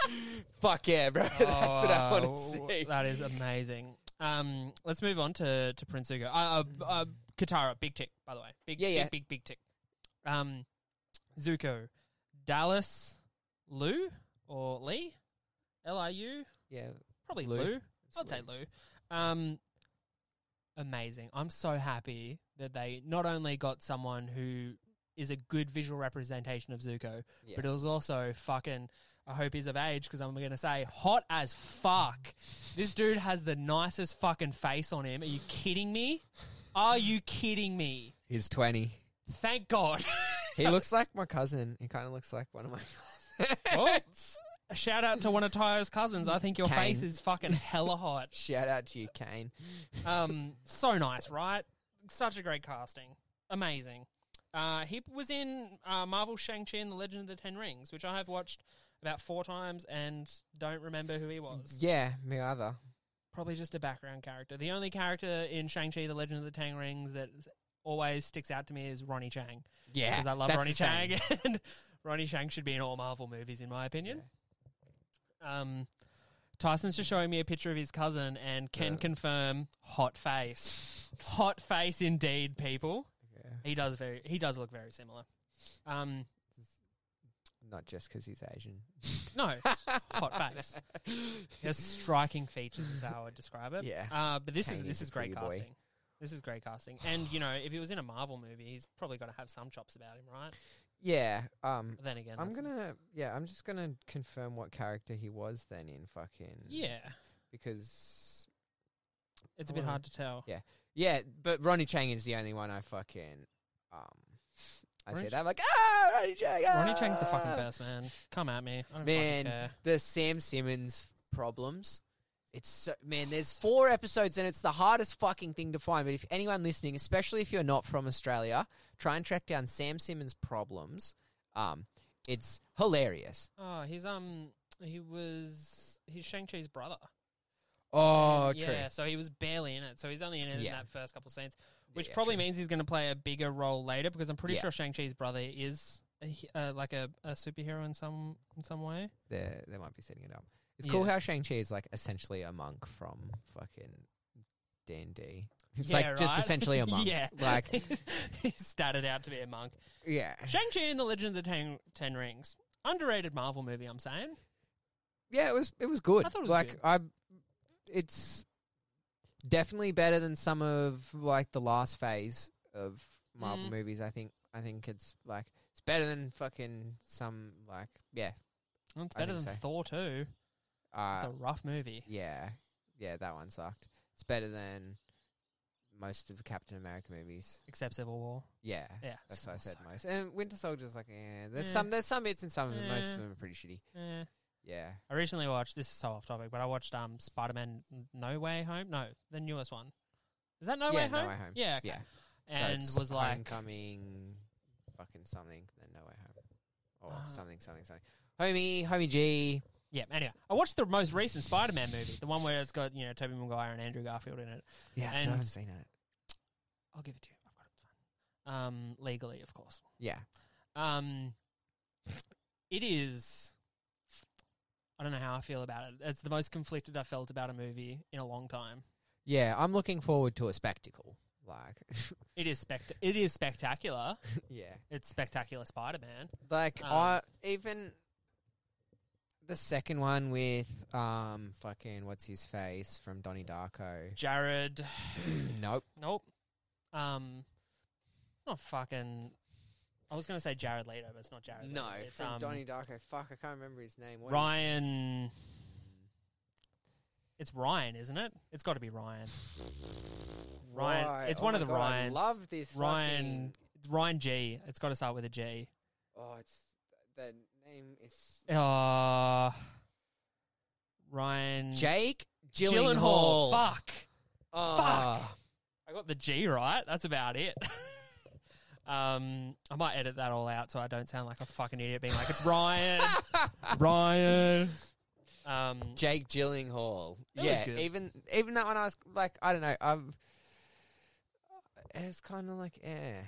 Fuck yeah, bro! That's what I want to Oh, see. That is amazing. Um, let's move on to to Prince Zuko. Uh, uh, uh, Katara, big tick, by the way. Big, Yeah, big, yeah. big, big, tick. Um, Zuko, Dallas, Lou or Lee, L I U, Yeah, probably Lou. Lou. I'd say Lou. Um, amazing. I'm so happy that they not only got someone who is a good visual representation of Zuko, Yeah. but it was also fucking. I hope he's of age because I'm going to say hot as fuck. This dude has the nicest fucking face on him. Are you kidding me? Are you kidding me? He's 20. Thank God. He looks like my cousin. He kind of looks like one of my Oh, Shout out to one of Tyro's cousins. I think your Kane. face is fucking hella hot. Shout out to you, Kane. Um, so nice, right? Such a great casting. Amazing. Uh, he was in uh, Marvel Shang-Chi and the Legend of the Ten Rings, which I have watched about four times and don't remember who he was. Yeah, me either. Probably just a background character. The only character in Shang-Chi, the Legend of the Ten Rings, that always sticks out to me is Ronnie Chang. Yeah. Because I love that's Ronnie the same. Chang. And Ronnie Chang should be in all Marvel movies, in my opinion. Um, Tyson's just showing me a picture of his cousin and can confirm hot face. Hot face indeed, people. Yeah. He does very he does look very similar. Um, Not just because he's Asian. no, hot face. He has striking features is how I would describe it. Yeah. Uh, but this Kang is is this a is great pretty boy. casting. This is great casting. And you know, if he was in a Marvel movie, he's probably got to have some chops about him, right? Yeah. Um, But then again, I'm that's- going to, yeah, I'm just going to confirm what character he was then in fucking. Yeah. Because, It's a I bit wanna- hard to tell. yeah, but Ronnie Chang is the only one I fucking, um, I Ronnie said, I'm like, ah, Ronnie Chang. Ah! Ronnie Chang's the fucking best, man. Come at me. I don't fucking Man, care. the Sam Simmons problems It's so man, there's four episodes and it's the hardest fucking thing to find. But if anyone listening, especially if you're not from Australia, try and track down Sam Simmons' problems. Um, it's hilarious. Oh, he's um, he was he's Shang Chi's brother. Oh, Yeah, so he was barely in it. So he's only in it in Yeah. that first couple scenes, which Yeah, probably true. means he's going to play a bigger role later because I'm pretty Yeah. sure Shang Chi's brother is a, he- uh, like a, a superhero in some in some way. There, they might be setting it up. It's cool Yeah. how Shang Chi is like essentially a monk from fucking D and D. It's Yeah, like just right? essentially a monk. yeah, like he started out to be a monk. yeah, Shang Chi and the Legend of the Ten, Ten Rings, underrated Marvel movie. I'm saying. yeah. It was it was good. I thought it was like good. I, it's definitely better than some of like the last phase of Marvel Mm. movies. I think I think it's like it's better than fucking some like yeah. Well, It's I better than think so. Thor too. Uh, It's a rough movie. Yeah, yeah, that one sucked. It's better than most of the Captain America movies. Except Civil War. Yeah, Yeah, that's Civil what I said War most. And Winter Soldier's like, eh, there's Yeah. some, there's some bits and some of them. Most Yeah. of them are pretty shitty. sucked. Eh. Yeah, I recently watched. This is so off topic, but I watched um Spider Man No Way Home. No, the newest one. Is that No Yeah, Way No Home? Way Home. Yeah, okay. yeah. And so it's was like, homecoming, fucking something, then no way home, or Ah. something, something, something. Homie, homie G. yeah. Anyway, I watched the most recent Spider Man movie, the one where it's got you know Tobey Maguire and Andrew Garfield in it. Yeah, I And- still haven't seen it. I'll give it to you. I've got it. It's fine. Um, legally, of course. Yeah, Um, it is. I don't know how I feel about it. It's the most conflicted I felt about a movie in a long time. yeah. I'm looking forward to a spectacle. Like, It is spect. It is spectacular. yeah. It's spectacular Spider Man. Like Um, I even the second one with um fucking what's his face from Donnie Darko. Jared. nope. Nope. Um, not fucking. I was gonna say Jared Leto, but it's not Jared. No, Leto. it's from um, Donnie Hmm. Darko. Fuck, I can't remember his name. What is- Ryan. It's Ryan, isn't it? It's got to be Ryan. Ryan- Why? it's Oh one my of the God, Ryans. I love this Ryan. It's Ryan G. It's got to start with a G. fucking- oh, it's the name is Uh, Ryan Jake Mm. Gyllenhaal. Gyllenhaal. Fuck. Oh, I got the G right. That's about it. um, I might edit that all out so I don't sound like a fucking idiot being like, it's Ryan. Ryan. Um, Jake Gyllenhaal. That was yeah, good. even even that one, I was like, I don't know, I'm. It's kind of like, eh.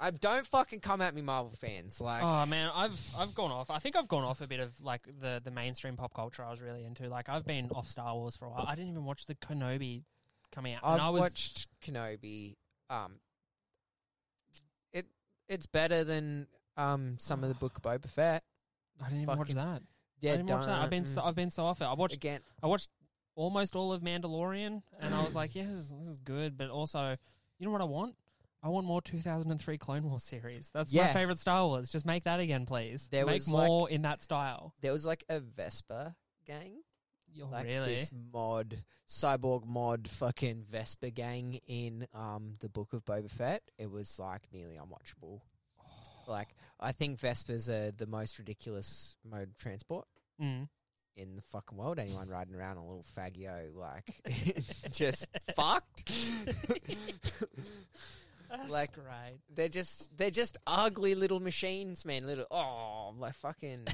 I don't fucking come at me, Marvel fans. Like, oh man, I've I've gone off. I think I've gone off a bit of like the the mainstream pop culture I was really into. Like I've been off Star Wars for a while. I didn't even watch the Kenobi coming out. I've and I was watched Kenobi. Um, it it's better than um some of the Book of Boba Fett. I didn't even watch fucking- that. Yeah, I didn't watch that. I've been so, don't- I've been so off it. I watched again. I watched almost all of Mandalorian, and I was like, yeah, this, is- this is good. But also, you know what I want? I want more 2003 Clone Wars series. That's my Yeah. favorite Star Wars. Just make that again, please. There make was, like- more in that style. There was like a Vespa gang. Oh, like really? this mod cyborg mod fucking Vespa gang in um the book of Boba Fett. It was like nearly unwatchable. Like I think Vespas are the most ridiculous mode of transport Mm. in the fucking world. Anyone riding around a little faggio like it's just fucked. That's Like- great. they're just they're just ugly little machines, man. Little oh like fucking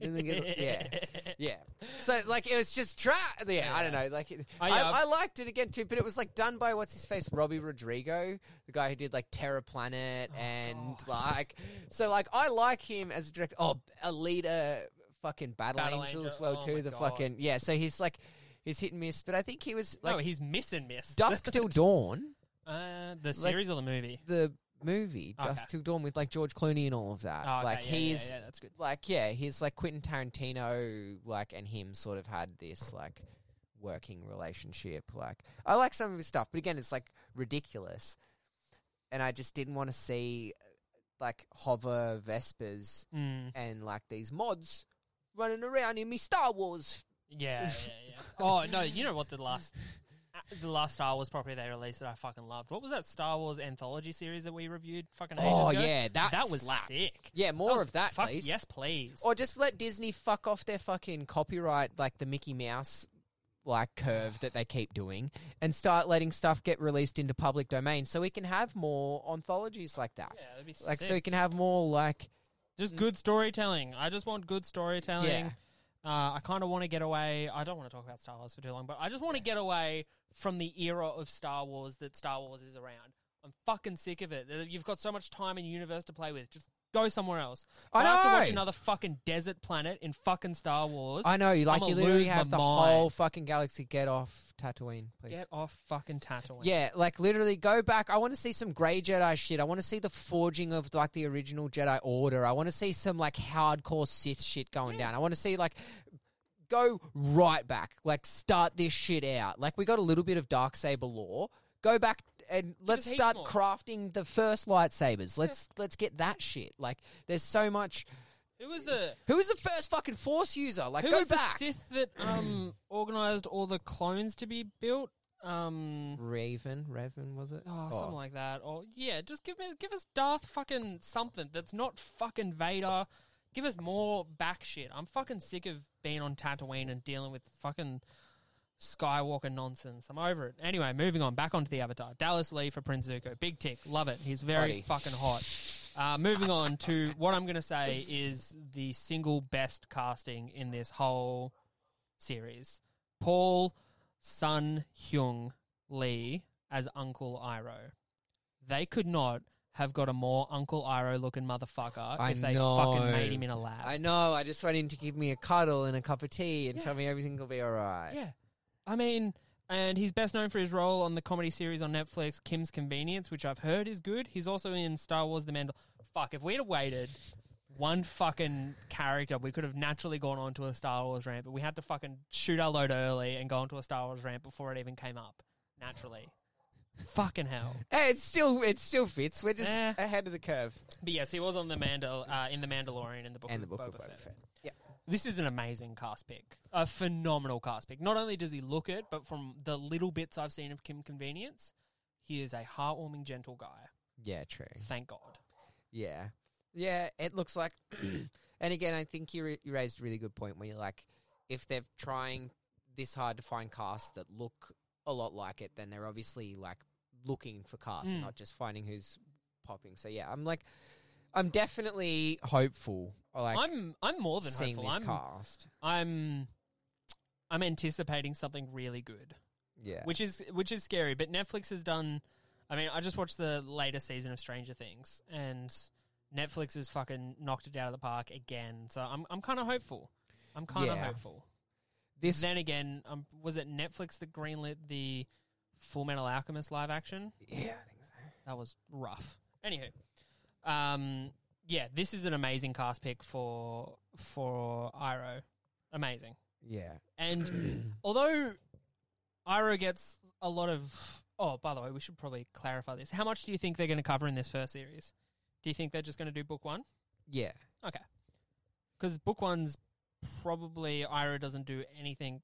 yeah. Yeah. So like it was just tra- yeah, I don't know. Like it, Oh, I, yeah, I, I've- liked it again too, but it was like done by what's his face, Robbie Rodrigo, the guy who did like Terra Planet and Oh, God. like so like I like him as a director. Oh, Alita, fucking Battle, Battle Angel, Angel, as well oh my too. The God. fucking yeah. So he's like he's hit and miss, but I think he was no, like he's miss and miss. Dusk Till Dawn, uh, the series or the movie? the movie Okay. Dusk Till Dawn with like George Clooney and all of that. Oh, okay, like yeah, yeah, he's yeah, that's good. like yeah, he's like Quentin Tarantino, like and him sort of had this like working relationship. Like I like some of his stuff, but again, it's like ridiculous, and I just didn't want to see uh, like hover Vespers Mm. and like these mods running around in me Star Wars. Yeah, yeah, yeah. oh no, you know what the last uh, the last Star Wars property they released that I fucking loved. What was that Star Wars anthology series that we reviewed? Fucking ages Oh ago? yeah, that that was slapped. sick. Yeah, more was of that, fuck- please. Oh, Yes, please. Or just let Disney fuck off their fucking copyright, like the Mickey Mouse like curve that they keep doing and start letting stuff get released into public domain so we can have more anthologies like that. Yeah, that'd be Like sick. so we can have more like just good storytelling. I just want good storytelling. Yeah. Uh, I kind of want to get away. I don't want to talk about Star Wars for too long, but I just want to get away from the era of Star Wars that Star Wars is around. I'm fucking sick of it. You've got so much time and universe to play with. Just go somewhere else. I If have to watch know. another fucking desert planet in fucking Star Wars. I know you like I'ma you literally lose my have the mind. whole fucking galaxy get off Tatooine, please. Get off fucking Tatooine. Yeah, like literally go back. I want to see some Grey Jedi shit. I want to see the forging of like the original Jedi Order. I want to see some like hardcore Sith shit going down. I want to see like go right back. Like start this shit out. Like we got a little bit of dark saber lore. Go back and let's us heaps start more. crafting the first lightsabers. Let's let's get that shit. Like there's so much. Who was the Who was the first fucking Force user? Like Who go was back. the Sith that um organized all the clones to be built? Um, Raven, Raven was it? oh, Oh. something like that. Or yeah, just give me give us Darth fucking something that's not fucking Vader. Give us more back shit. I'm fucking sick of being on Tatooine and dealing with fucking Skywalker nonsense. I'm over it. Anyway, moving on. Back onto the Avatar. Dallas Lee for Prince Zuko. Big tick. Love it. He's very Hottie. fucking hot. Uh, moving on to what I'm going to say is the single best casting in this whole series. Paul Sun Hyung Lee as Uncle Iroh. They could not have got a more Uncle Iroh looking motherfucker I if they know. fucking made him in a lab. I know. I just went in to give me a cuddle and a cup of tea and Yeah. tell me everything will be all right. Yeah. I mean, and he's best known for his role on the comedy series on Netflix, Kim's Convenience, which I've heard is good. He's also in Star Wars The Mandal. Fuck, if we'd have waited one fucking character, we could have naturally gone onto a Star Wars rant, but we had to fucking shoot our load early and go onto a Star Wars rant before it even came up. Naturally. fucking hell. Hey, it's still it still fits. We're just Eh. ahead of the curve. But yes, he was on the Mandal- uh, in The Mandalorian and the Book, And of, the book Boba of Boba Fett. Fett. This is an amazing cast pick, a phenomenal cast pick. Not only does he look it, but from the little bits I've seen of Kim Convenience, he is a heartwarming, gentle guy. Yeah, true. Thank God. Yeah, yeah. It looks like, and again, I think you, ra- you raised a really good point where you're like, if they're trying this hard to find casts that look a lot like it, then they're obviously like looking for casts and Mm. not just finding who's popping. So yeah, I'm like, I'm definitely hopeful. Like I'm I'm more than seeing hopeful. this I'm cast. I'm I'm anticipating something really good, Yeah, which is which is scary. But Netflix has done. I mean, I just watched the latest season of Stranger Things, and Netflix has fucking knocked it out of the park again. So I'm I'm kind of hopeful. I'm kind of Yeah. hopeful. this then again, um, was it Netflix that greenlit the Full Metal Alchemist live action? yeah, I think so. That was rough. Anywho, um, yeah, this is an amazing cast pick for for Iroh. Amazing. Yeah. And although Iroh gets a lot of, oh, by the way, we should probably clarify this. How much do you think they're going to cover in this first series? Do you think they're just going to do book one? Yeah. because book one's probably Ira doesn't do anything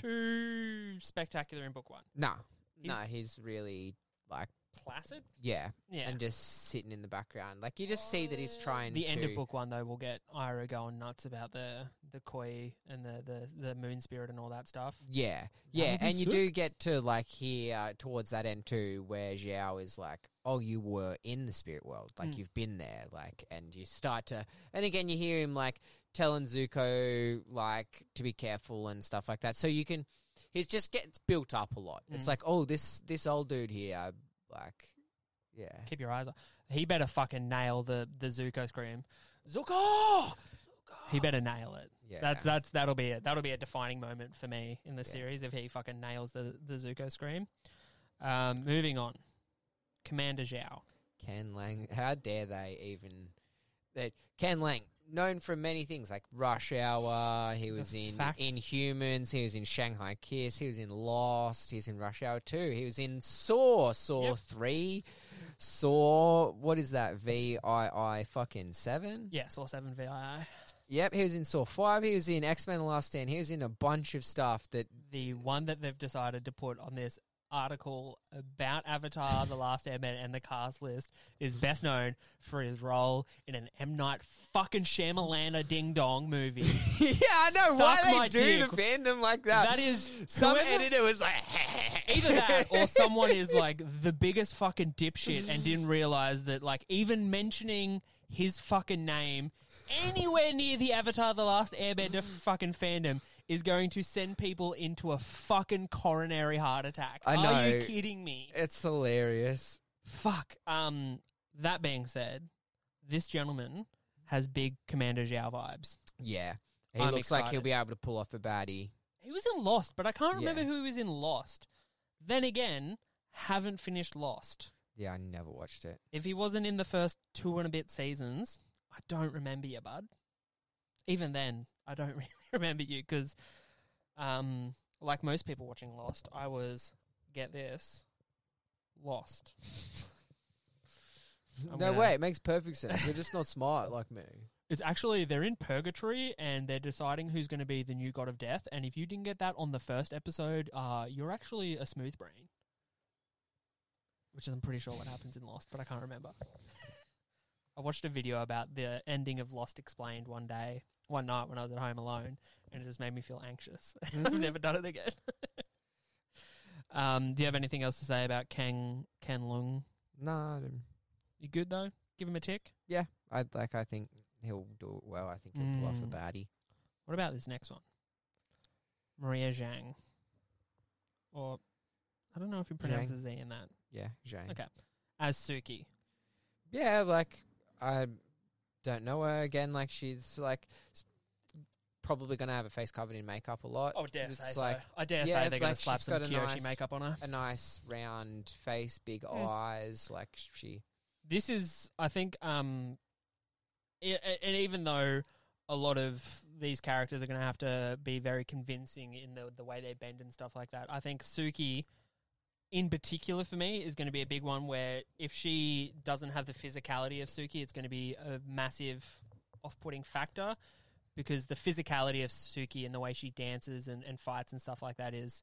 too spectacular in book one. Nah. He's- nah, he's really like Placid, yeah, yeah. and just sitting in the background. Like you just see that he's trying the to end of book one though will get Ira going nuts about the the koi and the the, the moon spirit and all that stuff. Yeah. Yeah, would be and you do get to like here uh, towards that end too where Xiao is like, "Oh, you were in the spirit world. Like Mm. you've been there." Like and you start to and again you hear him like telling Zuko like to be careful and stuff like that. So you can he's just gets built up a lot. It's Mm. like, "Oh, this this old dude here like yeah. Keep your eyes on. He better fucking nail the the Zuko scream. Zuko. He better nail it. Yeah. That's that's that'll be it. That'll be a defining moment for me in the Yeah. series if he fucking nails the the Zuko scream. Um, moving on, Commander Zhao. Ken Lang. How dare they even? That Ken Lang, known for many things like Rush Hour. He was in fact- Inhumans. He was in Shanghai Kiss. He was in Lost. He's in Rush Hour Two. He was in Saw. Saw Yep. Three. Saw. What is that? V I I fucking seven. Yeah, Saw Seven VII. Yep. He was in Saw Five. He was in X Men: The Last Stand. He was in a bunch of stuff that the one that they've decided to put on this article about Avatar: The Last Airbender and the cast list is best known for his role in an M Night fucking Shyamalana Ding Dong movie. yeah, I know. Why Suck my they do dick. the fandom like that? That is- Uh, some whoever- editor was like, Either that, or someone is like the biggest fucking dipshit and didn't realize that like even mentioning his fucking name anywhere near the Avatar: The Last Airbender fucking fandom is going to send people into a fucking coronary heart attack. I Are you know. kidding me? it's hilarious. Fuck. Um. That being said, this gentleman has big Commander Zhao vibes. Yeah, he I'm looks like he'll excited. be able to pull off a baddie. He was in Lost, but I can't remember Yeah. who he was in Lost. Then again, haven't finished Lost. Yeah, I never watched it. If he wasn't in the first two and a bit seasons, I don't remember you, bud. Even then, I don't really remember you because, um, like most people watching Lost, I was get this, lost. I'm no gonna- way, it makes perfect sense. You're just not smart like me. It's actually they're in purgatory and they're deciding who's going to be the new god of death. And if you didn't get that on the first episode, uh, you're actually a smooth brain, which is I'm pretty sure what happens in Lost, but I can't remember. I watched a video about the ending of Lost explained one day, one night when I was at home alone, and it just made me feel anxious. I've never done it again. um, do you have anything else to say about Kang Ken Lung? No, I don't- You good though? Give him a tick. I like. I think he'll do it well. I think he'll pull off a Mm. baddie. What about this next one? Maria Zhang. Or I don't know if you pronounce Zhang. the Z in that. Yeah, Jane. Okay. As Suki. Yeah, like I don't know her again. Like she's like s- probably gonna have a face covered in makeup a lot. Oh, dare It's say like so. I dare yeah, say they're going like to slap she's some got a Kyoshi nice- makeup on her. a nice round face, big Mm. eyes. Like she, This is, I think, um, i- a- and even though a lot of these characters are going to have to be very convincing in the the way they bend and stuff like that, I think Suki, in particular for me, is going to be a big one. Where if she doesn't have the physicality of Suki, it's going to be a massive off-putting factor because the physicality of Suki and the way she dances and, and fights and stuff like that is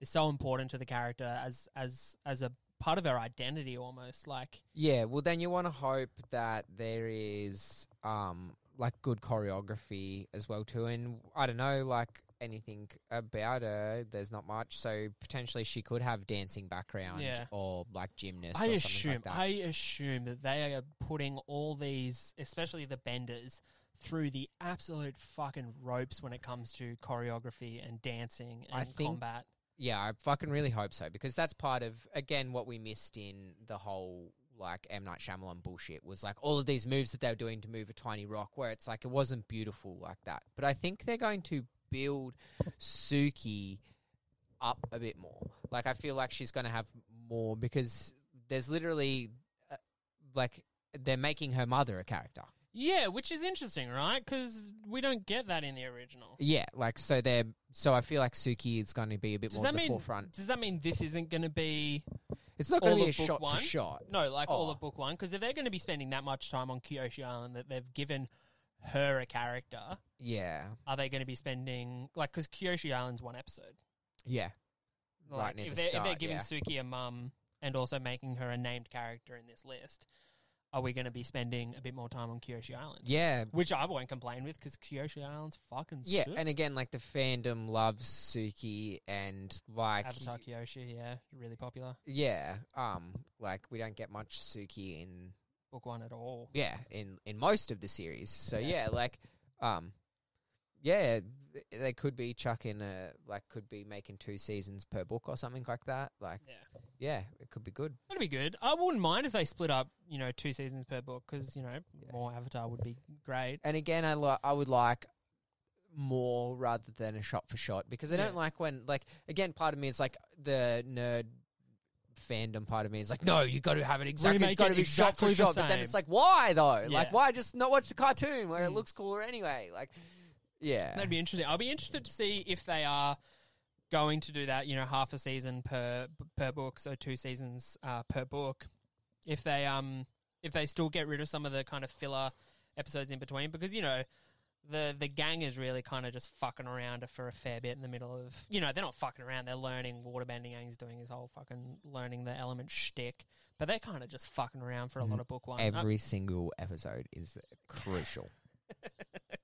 is so important to the character as as as a part of her identity almost like yeah. Well, then you want to hope that there is um like good choreography as well too. And I don't know, like anything about her, there's not much. So potentially she could have dancing background Yeah. or like gymnast. I or assume something like that. I assume that they are putting all these, especially the benders, through the absolute fucking ropes when it comes to choreography and dancing and I think- combat. Yeah, I fucking really hope so because that's part of again what we missed in the whole like M Night Shyamalan bullshit was like all of these moves that they were doing to move a tiny rock where it's like it wasn't beautiful like that. But I think they're going to build Suki up a bit more. Like I feel like she's going to have more because there's literally uh, like they're making her mother a character. Yeah, which is interesting, right? Because we don't get that in the original. Yeah, like so they're so I feel like Suki is going to be a bit Does more that at the mean forefront. does that mean this isn't going to be It's not going all to be of a book shot one? for shot. no like all Oh. of book one? Because if they're going to be spending that much time on Kyoshi Island, that they've given her a character, Yeah. are they going to be spending like because Kyoshi Island's one episode? Yeah. Like, Right near if the they're, If they're start, giving yeah. Suki a mum and also making her a named character in this list, are we going to be spending a bit more time on Kyoshi Island? Yeah. Which I won't complain with because Kyoshi Island's fucking Yeah. sick. And again, like the fandom loves Suki and like Avatar Kyoshi, yeah, really popular. Yeah. Um, like we don't get much Suki in Book one at all. yeah, in in most of the series. So Yeah. yeah, like um yeah, th- they could be chucking a like could be making two seasons per book or something like that. Like Yeah. yeah, it could be good. That'd be good. I wouldn't mind if they split up, you know, two seasons per book because, you know, more Avatar would be great. And again, I li- I would like more rather than a shot for shot because I don't Yeah. like when like again, part of me is like the nerd fandom part of me is like, no, you got to have it exactly. Remake it's got to it be exactly shot for the shot. But then same. it's like, why though? Yeah. Like, why just not watch the cartoon where it Mm. looks cooler anyway? Like, yeah, That'd be interesting. I'll be interested to see if they are going to do that. You know, half a season per per book, so two seasons uh, per book. If they um if they still get rid of some of the kind of filler episodes in between, because you know the the gang is really kind of just fucking around for a fair bit in the middle of you know they're not fucking around they're learning waterbending Aang's doing his whole fucking learning the element shtick but they're kind of just fucking around for a lot of book one Uh, Mm-hmm. Every single episode is crucial.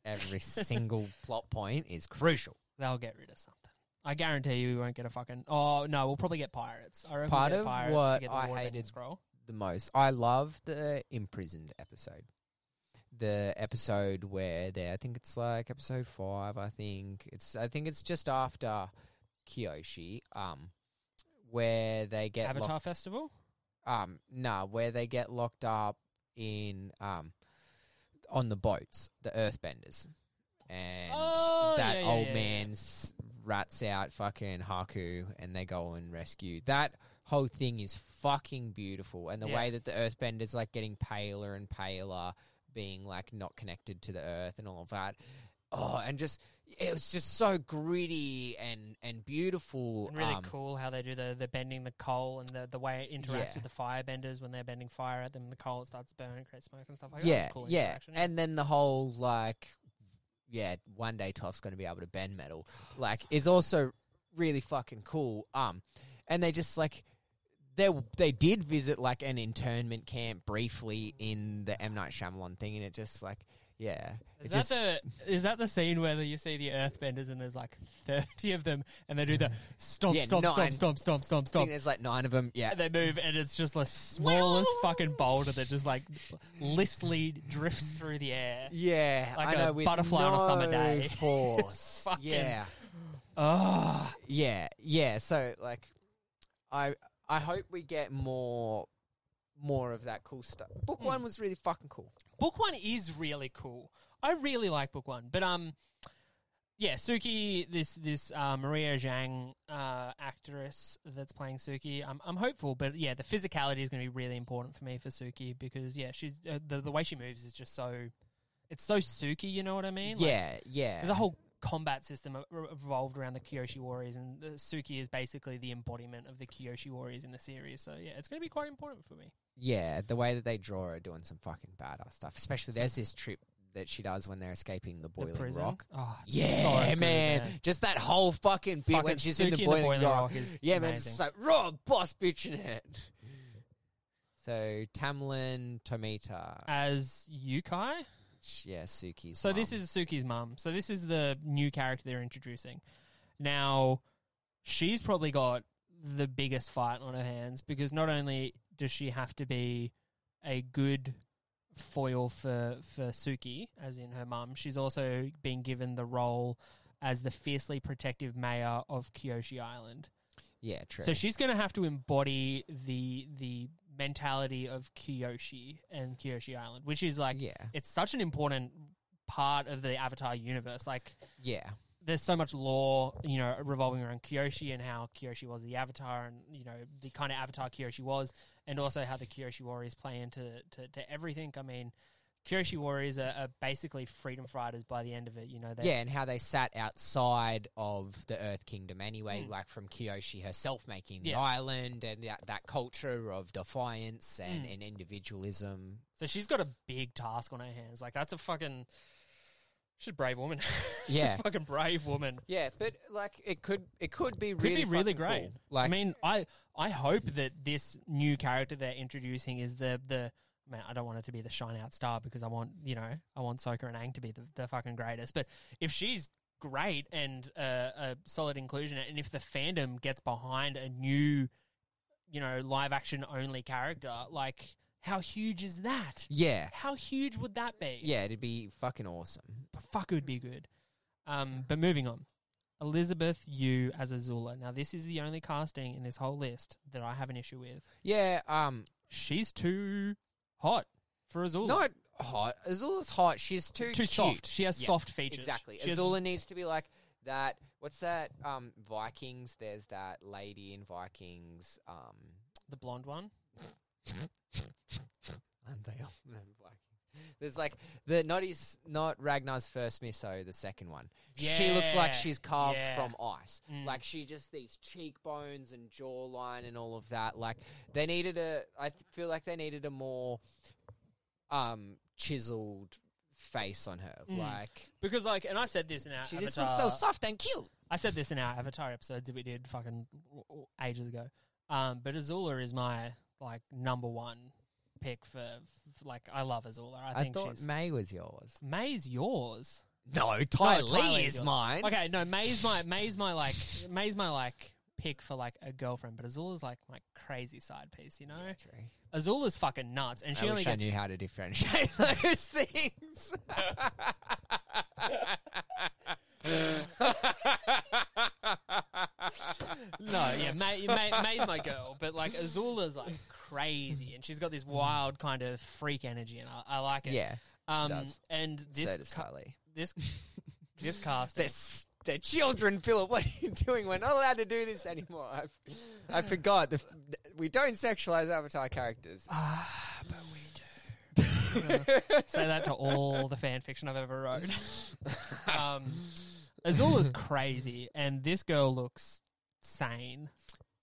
Every single plot point is crucial. they'll get rid of something I guarantee you we won't get a fucking oh no we'll probably get pirates I reckon we'll Part get of pirates what to get the I waterbending hated- scroll The most I love the imprisoned episode. The episode where they I think it's like episode five, I think. It's I think it's just after Kyoshi, um where they get Avatar locked Festival um nah, where they get locked up in um on the boats, the earthbenders. And Oh, that yeah, yeah, old yeah, yeah. man s rats out fucking Haku and they go and rescue. That whole thing is fucking beautiful and the Yeah. way that the earthbenders like getting paler and paler being like not connected to the earth and all of that. Mm. Oh, and just it was just so gritty and and beautiful. and really um, cool how they do the the bending the coal and the, the way it interacts Yeah. with the firebenders when they're bending fire at them the coal it starts burning it creates smoke and stuff like that. yeah, It's a cool yeah. interaction, And then the whole like, yeah, one day Toff's going to be able to bend metal, like, is also really fucking cool. Um, and they just like. They, they did visit like an internment camp briefly in the M Night Shyamalan thing, and it just like yeah, Is it that just the is that the scene where you see the Earthbenders and there's like thirty of them and they do the stomp, Yeah, stomp, nine. stomp, stomp, stomp, stomp, I think stomp, there's like nine of them. Yeah, and they move and it's just the smallest fucking boulder that just like listly drifts through the air. yeah, Like I a know with butterfly on a summer no day. It's Force, fucking- yeah, Oh, Yeah, yeah. So like, I I hope we get more more of that cool stuff. Hmm. Book one was really fucking cool. book one is really cool. I really like book one, but um, yeah, Suki, this this uh, Maria Zhang uh, actress that's playing Suki, I'm I'm hopeful, but yeah, the physicality is going to be really important for me for Suki because yeah, she's uh, the the way she moves is just so it's so Suki, you know what I mean? Like, yeah, yeah. there's a whole combat system uh, re- revolved around the Kyoshi Warriors, and the Suki is basically the embodiment of the Kyoshi Warriors in the series. So yeah, it's going to be quite important for me. yeah. The way that they draw her doing some fucking badass stuff. Especially there's this trip that she does when they're escaping the The boiling prison. rock. oh, it's Yeah, so good, man. Just that whole fucking bit when Fucking she's Suki in the boiling, rock. is Yeah, man. amazing. Just like raw boss bitching it. So Tamlin Tomita, as Yukai. yeah, Suki's. Ah. So this mum. is Suki's mum. So this is the new character they're introducing. Now, she's probably got the biggest fight on her hands because not only does she have to be a good foil for for Suki, as in her mum, she's also been given the role as the fiercely protective mayor of Kyoshi Island. yeah, true. So she's going to have to embody the the mentality of Kyoshi and Kyoshi Island, which is like yeah, it's such an important part of the Avatar universe. Like, yeah. there's so much lore, you know, revolving around Kyoshi and how Kyoshi was the Avatar, and you know the kind of Avatar Kyoshi was, and also how the Kyoshi Warriors play into to, to everything. I mean, Kyoshi Warriors are, are basically freedom fighters by the end of it. You know, they yeah, and how they sat outside of the Earth Kingdom anyway, like from Kyoshi herself making the Yeah. island and that, that culture of defiance and, Mm. and individualism. So she's got a big task on her hands. Like, that's a fucking. She's a brave woman. Yeah. fucking brave woman. Yeah, but like it could it could be Could really be really fucking great. cool. Like I mean, I I hope that this new character they're introducing is the the man. I don't want it to be the shine out star because I want you know I want Soka and Aang to be the, the fucking greatest. But if she's great and uh, a solid inclusion, and if the fandom gets behind a new, you know, live action only character, like how huge is that? yeah, How huge would that be? yeah, it'd be fucking awesome. But fuck, it would be good. Um, but moving on. Elizabeth Yu as Azula. Now, this is the only casting in this whole list that I have an issue with. Yeah, um, She's too hot for Azula. not hot. Azula's hot. She's too too cute. soft. She has Yeah, soft features. Exactly. She has- Azula needs to be like that. What's that? Um, Vikings. There's that lady in Vikings. Um, the blonde one. and they all know Vikings. There's like the not his not Ragnar's first miso, the second one. She looks Yeah, like she's carved yeah. from ice. Mm. Like she just these cheekbones and jawline and all of that. Like they needed a. I th- feel like they needed a more um chiseled face on her. Like Because like, and I said this in our she Mm. Avatar. just looks so soft and cute. I said this in our Avatar episodes that we did fucking ages ago. Um, but Azula is my like number one pick for, for like I love Azula. I, I, think thought she's May was yours. May's yours. No, No, Ty Ty Lee Lee's is yours. mine. Okay, no, May's my May's my like May's my like pick for like a girlfriend, but Azula's like my crazy side piece, you know? Azula's fucking nuts and she I only wish gets I knew how to differentiate those things. No, yeah, May, May, May's my girl, but like Azula's like crazy, and she's got this wild kind of freak energy, and I, I like it. yeah, um, does. and this so does ca- Ty Lee. this this cast, They're, s- they're children, Philip. What are you doing? We're not allowed to do this anymore. I, I forgot. The, f- we don't sexualize Avatar characters. say that to all the fan fiction I've ever wrote. um, Azula's crazy, and this girl looks sane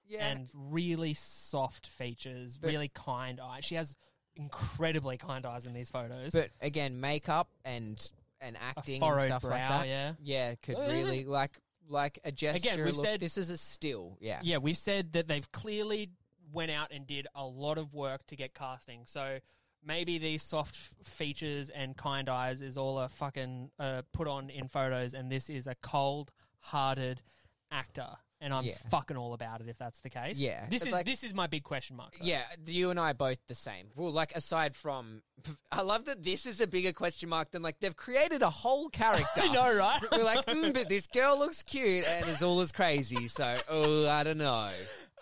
yeah, and really soft features, But- really kind eyes. She has incredibly kind eyes in these photos. but again, makeup and and a acting and furrowed stuff brow, like that. yeah. Yeah, could Uh, really like like a gesture. we've look, said- this is a still. Yeah, yeah, we've said that they've clearly went out and did a lot of work to get casting. So maybe these soft f- features and kind eyes is all a fucking uh, put on in photos, and this is a cold-hearted actor. And I'm Yeah. fucking all about it if that's the case. Yeah. this It's is like- this is my big question mark. though. Yeah, you and I both the same. Well, like aside from, I love that this is a bigger question mark than like they've created a whole character. I know, right? We're like, mm, but this girl looks cute and is all as crazy. So, oh, I don't know.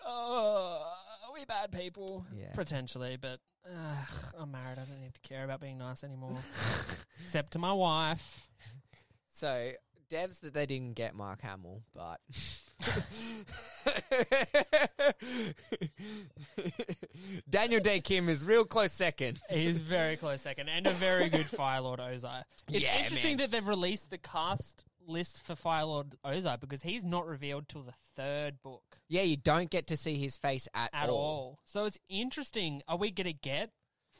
oh, are we bad people? Yeah. potentially, but ugh, I'm married. I don't need to care about being nice anymore, except to my wife. So, devs that they didn't get Mark Hamill, but. Daniel Day Kim is real close second. He's very close second, and a very good Firelord Ozai. It's Yeah, interesting man. that they've released the cast list for Firelord Ozai because he's not revealed till the third book Yeah, you don't get to see his face at, at all. So it's interesting. Are we going to get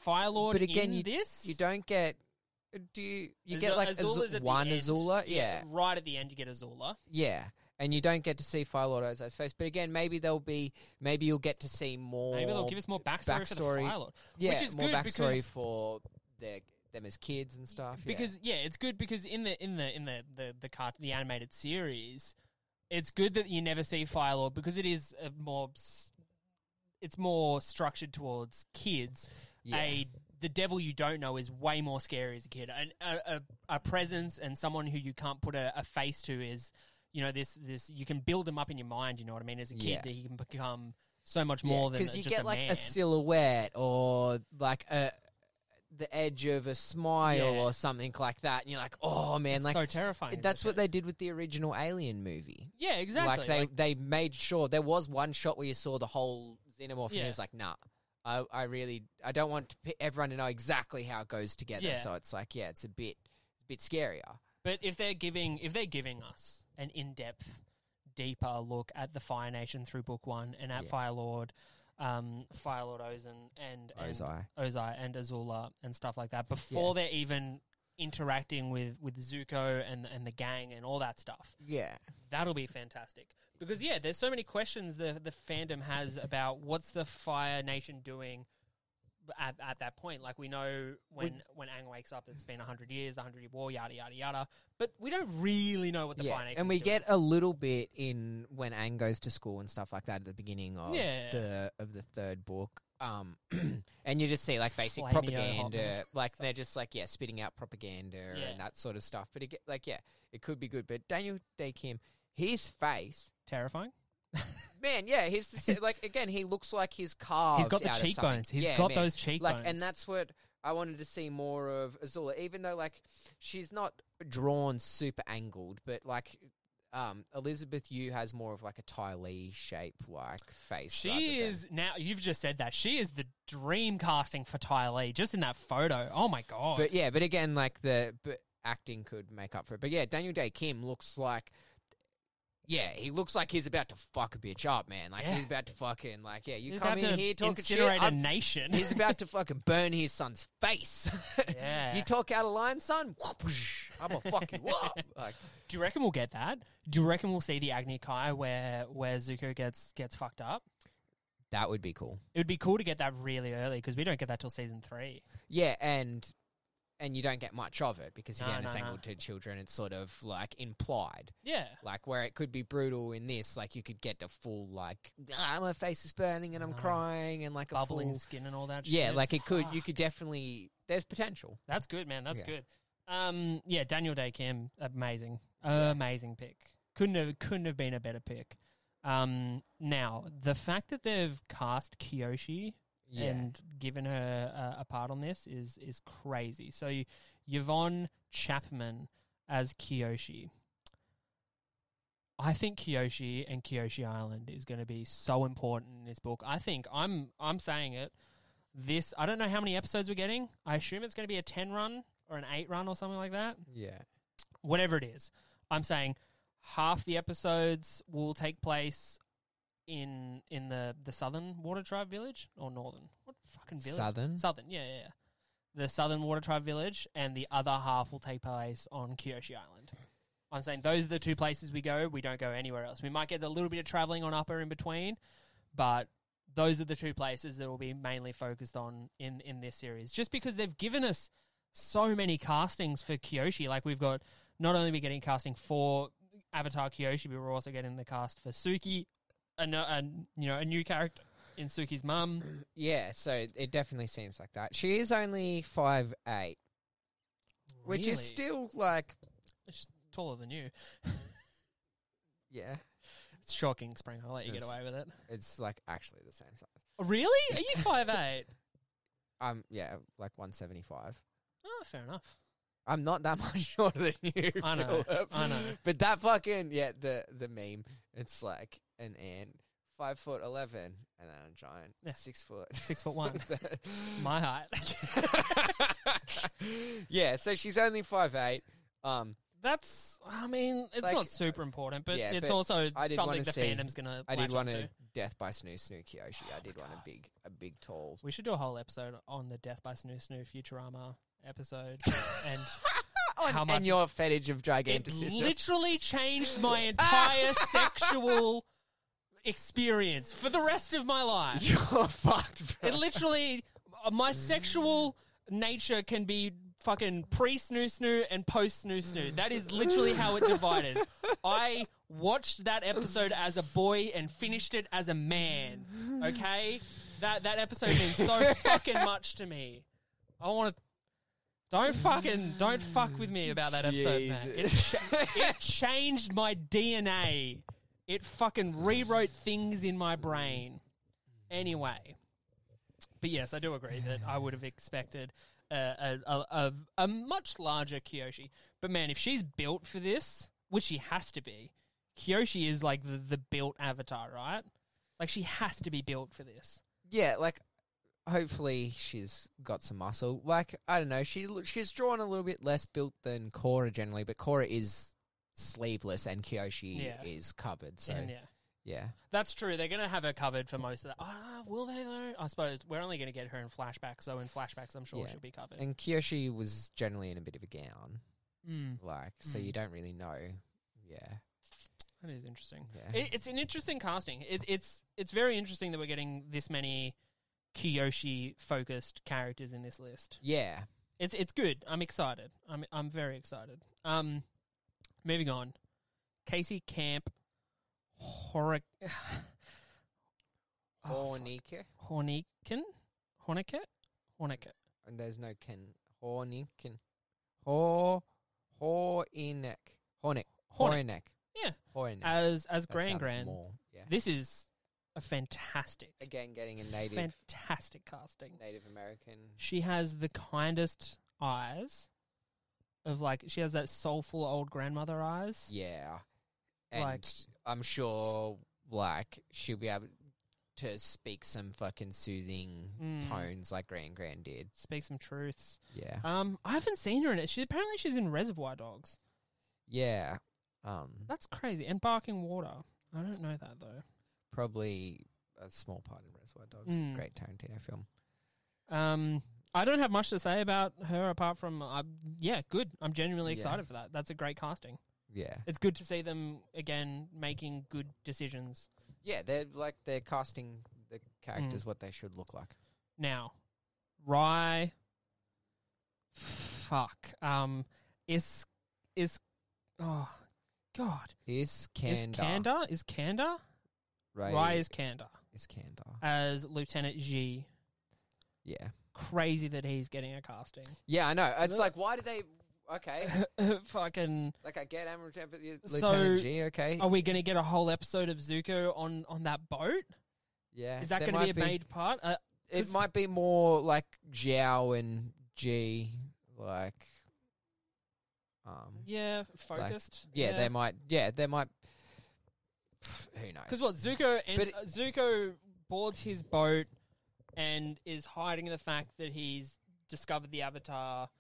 Firelord But again, in you- this? You don't get. Do you? You Azu- get like Azu- Azula's at the one end. Azula, yeah, Right at the end, you get Azula. yeah, and you don't get to see Fire Lord Ozai's face. But again, maybe there'll be, maybe you'll get to see more. Maybe they'll give us more backstory, for the backstory. Firelord. yeah, which is more good backstory because- for their them as kids and stuff. yeah. because yeah. it's good because in the in the in the the the, cart- the animated series, it's good that you never see Firelord because it is a more s- it's more structured towards kids. Yeah. A the devil you don't know is way more scary as a kid, and a, a, a presence and someone who you can't put a, a face to is you know this this you can build them up in your mind. You know what I mean? As a kid, Yeah. that you can become so much Yeah, more than you just get a like man. a silhouette or like a the edge of a smile Yeah. or something like that, and you're like, oh man, It's like so terrifying. as a that's what kid. they did with the original Alien movie. yeah exactly Like they they made sure there was one shot where you saw the whole xenomorph, and Yeah. it was like, nah. I, I really I don't want to, pe- everyone to know exactly how it goes together. Yeah. So it's like, yeah, it's a bit it's a bit scarier. But if they're giving if they're giving us an in depth, deeper look at the Fire Nation through Book One and at Yeah. Fire Lord, um, Fire Lord Ozan and, and Ozai. Ozai and Azula and stuff like that before they're even interacting with with Zuko and and the gang and all that stuff, Yeah, that'll be fantastic. Because yeah, there's so many questions the the fandom has about what's the Fire Nation doing at, at that point. Like we know when when Aang wakes up, it's been hundred years, the Hundred Year War, yada yada yada. But we don't really know what the yeah. Fire Nation And we is doing. get a little bit in when Aang goes to school and stuff like that at the beginning of Yeah. the of the third book. Um, and you just see like basic Flamio propaganda, Hotman. like they're just like yeah, spitting out propaganda Yeah. and that sort of stuff. But it, get- like yeah, it could be good. But Daniel Day Kim, his face terrifying. Man, yeah, he's the, sa- like again. He looks like he's carved. He's got the Oh, out of something. cheekbones. He's Yeah, got man. those cheekbones. Like, and that's what I wanted to see more of Azula. Even though like she's not drawn super angled, but like um Elizabeth Yu has more of like a Ty Lee shape like face. rather She than- is now. You've just said that she is the dream casting for Ty Lee, just in that photo. Oh my god! but yeah, but again, like the but acting could make up for it. But yeah, Daniel Day Kim looks like Yeah, he looks like he's about to fuck a bitch up, man. Like Yeah. he's about to fucking like, yeah, you He's come about in to here talking shit. incinerate a I'm- nation. he's about to fucking burn his son's face. Yeah. you talk out of line, son. whoosh, I'm gonna fuck you up. Like, Do you reckon we'll get that? Do you reckon we'll see the Agni Kai where where Zuko gets gets fucked up? that would be cool. It would be cool to get that really early because we don't get that till season three. Yeah, and and you don't get much of it because No, again, no, it's no. angled to children. It's sort of like implied. Yeah, Like where it could be brutal in this, like you could get the full like ah, my face is burning and I'm Ah. crying and like bubbling a full, skin and all that. yeah, shit. like it could you Fuck. could definitely there's potential. That's good, man. That's Yeah. good. Um, yeah, Daniel Day Kim, amazing, amazing pick. Couldn't have couldn't have been a better pick. Um, now the fact that they've cast Kyoshi Yeah, and given her uh, a part on this is is crazy. So you- Yvonne Chapman as Kyoshi. I think Kyoshi and Kyoshi Island is going to be so important in this book. I think I'm I'm saying it. This I don't know how many episodes we're getting. I assume it's going to be a 10 run or an 8 run or something like that. yeah. Whatever it is. I'm saying half the episodes will take place in in the the southern water tribe village or northern what fucking village Southern? southern yeah yeah, yeah. the southern water tribe village and the other half will take place on Kyoshi Island I'm saying those are the two places we go we don't go anywhere else we might get a little bit of traveling on upper in between but those are the two places that will be mainly focused on in in this series just because they've given us so many castings for Kyoshi like we've got not only are we getting casting for Avatar Kyoshi, but we're also getting the cast for Suki, a, no- a you know a new character in Suki's mum. Yeah, so it definitely seems like that. She is only five eight, which Really? is still like It's taller than you. yeah, It's shocking, Spring. I'll let you get It's- away with it. Oh, it's like actually the same size. Really? Are you five eight? Um, yeah, like one seventy five. Oh, fair enough. I'm not that much shorter than you. I know, Philip. I know. But that fucking yeah, the the meme. It's like an ant, five foot eleven, and then a giant, Yeah. six foot, Six foot one. That- My height. yeah, so she's only five eight. Um, That's. I mean, it's Like, not super important, but yeah, it's but also I did something wanna the see- fandom's gonna. I latch did want onto. a death by Snoo Snoo Kyoshi. Oh I did want a big, a big tall. We should do a whole episode on the Death by Snoo Snoo Futurama episode and On- How much- and your fetish of It giganticism? literally changed my entire sexual experience for the rest of my life. You're fucked. Bro. It literally, uh, my sexual nature can be fucking pre snoo snoo and post snoo snoo. That is literally how it divided. I watched that episode as a boy and finished it as a man. Okay, that that episode means so fucking much to me. I want to. Don't fucking don't fuck with me about that episode, man. It, Jesus. cha- it changed my DNA. It fucking rewrote things in my brain. Anyway, but yes, I do agree that I would have expected uh, a, a, a, a much larger Kyoshi. But man, if she's built for this, which she has to be, Kyoshi is like the, the built avatar, right? Like she has to be built for this. yeah, like hopefully she's got some muscle. Like I don't know, she lo- she's drawn a little bit less built than Cora generally, but Cora is sleeveless and Kyoshi Yeah. is covered. So And yeah. yeah. That's true. They're going to have her covered for most of that. Ah, will they though? I suppose we're only going to get her in flashbacks. So in flashbacks, I'm sure Yeah. she'll be covered. and Kyoshi was generally in a bit of a gown, mm, like so you don't really know. Yeah, that is interesting. yeah, It, it's an interesting casting. It, it's it's very interesting that we're getting this many Kiyoshi focused characters in this list. yeah. It's it's good. I'm excited. I'm I'm very excited. Um, moving on, Casey Camp, Horic, oh, fuck. Hornika, Horniken, Horniket, Horniket. and there's no kin. Horniken, ho, horinek, hornik, Hornik. horinek, Yeah, horinek. That as as Grand sounds Grand. more, Yeah. This is a fantastic, Again, getting a native fantastic casting. Native American. she has the kindest eyes of like she has that soulful old grandmother eyes. Yeah. And Like- I'm sure, like, she'll be able to speak some fucking soothing Mm. tones like Grand Grand did. Speak some truths. Yeah. Um, I haven't seen her in it. She apparently she's in Reservoir Dogs. Yeah. Um, That's crazy. And barking water. I don't know that though. probably a small part in Reservoir Dogs. Mm. Great Tarantino film. Um, I don't have much to say about her apart from, uh, yeah, good. I'm genuinely Yeah. excited for that. That's a great casting. Yeah, It's good to see them again making good decisions yeah. They're like they're casting the characters Hmm. what they should look like. now. Rye, fuck. Um, is is oh god Is is Kanda Kanda is Kanda Ray, Rye is Kanda is Kanda? as Lieutenant G. Yeah, Crazy that he's getting a casting. yeah. I know. It's Look. like why do they? Okay, Fucking like I get Admiral Jeff- So- Lieutenant G. Okay, Are we going to get a whole episode of Zuko on on that boat? yeah. Is that there going to be a might made part? Uh, It 'Cause- might be more like Zhao and G, like, um, yeah, focused. yeah, they might, yeah, they might. pff, Who knows? Because what Zuko and But it- uh, Zuko boards his boat and is hiding the fact that he's discovered the Avatar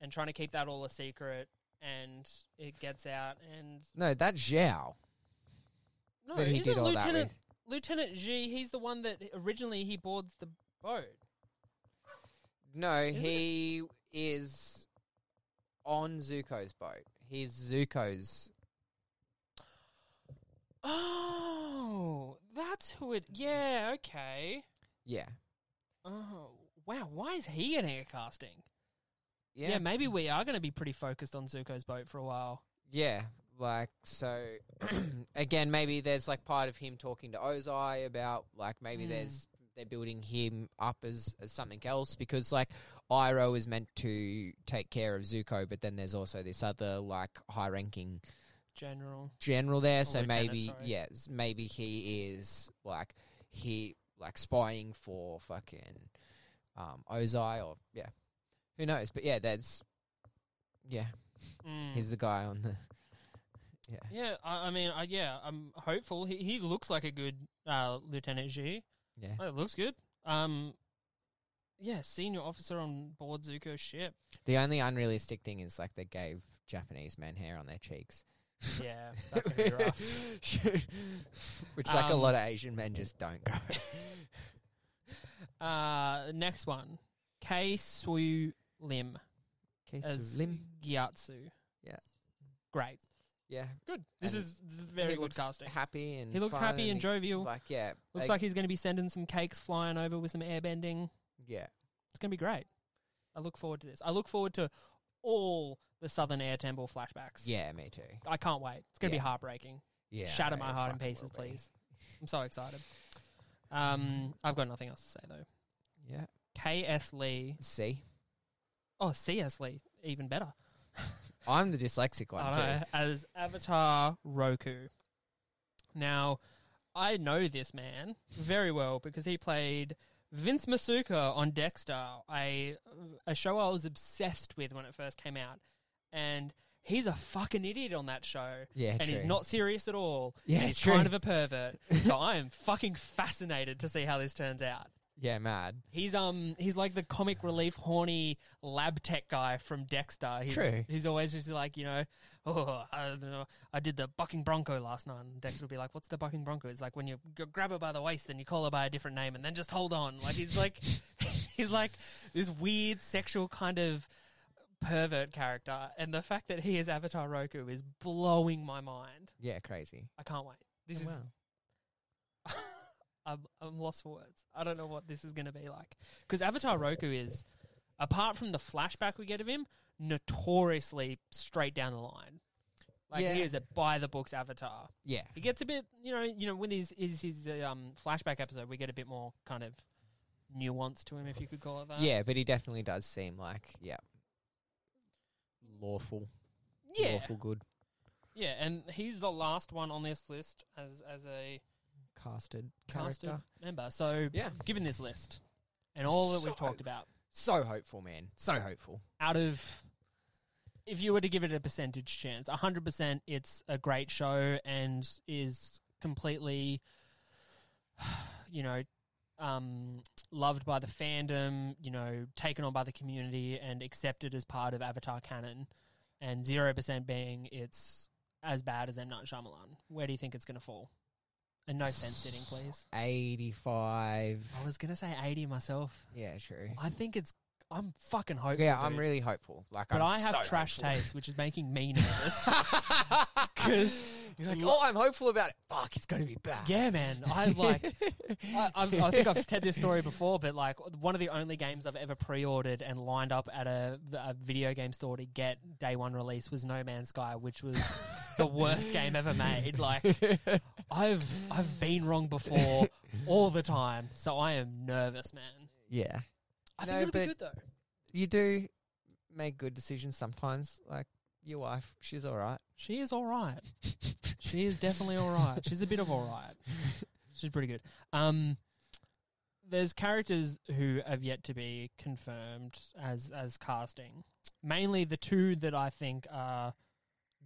and trying to keep that all a secret. And it gets out, and No, that Zhao no, that he isn't did all that Lieutenant with. Lieutenant G? He's the one that originally he boards the boat. No, Isn't it- he is on Zuko's boat. He's Zuko's. Oh, that's who it. Yeah, okay. Yeah. Oh, wow. Why is he getting a casting? Yeah. Yeah, maybe we are going to be pretty focused on Zuko's boat for a while. Yeah, like so. again, maybe there's like part of him talking to Ozai about like maybe Hmm. there's they're building him up as as something else because like Iroh is meant to take care of Zuko, but then there's also this other like high ranking General. general there. So lieutenant, maybe sorry. yes, maybe he is like he like spying for fucking um Ozai or yeah, who knows? But yeah, that's yeah, Mm. he's the guy on the. yeah, I, I mean, I, yeah, I'm hopeful. He, he looks like a good uh, Lieutenant G. Yeah. Oh, it looks good. Um, yeah, senior officer on board Zuko's ship. The only unrealistic thing is like they gave Japanese men hair on their cheeks. Yeah, that's going to be rough. Which like a Um, lot of Asian men just don't grow. Uh, next one. K. Su Lim as Gyatsu. Yeah. Great. Yeah. Good. This And is very he good looks casting. Happy and He looks fun happy and jovial. Like yeah. Looks like he's going to be sending some cakes flying over with some airbending. yeah. It's going to be great. I look forward to this. I look forward to all the Southern Air Temple flashbacks. Yeah, me too. I can't wait. It's going to Yeah. be heartbreaking. Yeah. Shatter my it heart in fucking pieces, will be. please. I'm so excited. Um, I've got nothing else to say though. Yeah. K.S. Lee. See? Oh, C.S. Lee. Even better. I'm the dyslexic one I too. know, Uh, as Avatar Roku. Now, I know this man very well because he played Vince Masuka on Dexter, a a show I was obsessed with when it first came out, and he's a fucking idiot on that show. Yeah, and he's true. not serious at all. Yeah, and he's true. kind of a pervert. so I am fucking fascinated to see how this turns out. Yeah, mad. He's um he's like the comic relief horny lab tech guy from Dexter. He's, True. He's always just like you know, oh I don't know, I did the bucking bronco last night. And Dexter will be like, what's the bucking bronco? It's like when you g- grab her by the waist and you call her by a different name and then just hold on. Like he's like he's like this weird sexual kind of pervert character. And the fact that he is Avatar Roku is blowing my mind. Yeah, crazy. I can't wait. This Oh, is I'm, I'm lost for words. I don't know what this is going to be like. Because Avatar Roku is, apart from the flashback we get of him, notoriously straight down the line. Like Yeah. he is a by the books Avatar. Yeah. He gets a bit, you know, you know when his is his uh, um, flashback episode, we get a bit more kind of nuance to him, if you could call it that. Yeah, but he definitely does seem like, yeah. Lawful. yeah, Lawful good. yeah. And he's the last one on this list as as a Casted character. casted member. So Yeah. given this list and all that we've So- talked about, So hopeful, man. So hopeful. out of if you were to give it a percentage chance 100% it's a great show and is completely you know um, loved by the fandom you know taken on by the community and accepted as part of avatar canon and 0% being it's as bad as M Night Shyamalan, where do you think it's going to fall? And no fence sitting, please. 85. I was going to say eighty myself. Yeah, true. I think it's. I'm fucking hopeful. Yeah, I'm dude. really hopeful. Like, But I'm i have so trash hopeful. taste, which is making me nervous. 'Cause- Because you're like, oh, I'm hopeful about it. Fuck, it's gonna be bad. yeah, man. I like. I, I've, I think I've said this story before, but like one of the only games I've ever pre-ordered and lined up at a, a video game store to get day one release was No Man's Sky, which was the worst game ever made. Like I've I've been wrong before all the time, so I am nervous, man. yeah. I No, think it'll be good but- though. You do make good decisions sometimes. Like your wife, she's all right. She is all right. she is definitely all right. She's a bit of all right. She's pretty good. Um, there's characters who have yet to be confirmed as as casting. Mainly the two that I think are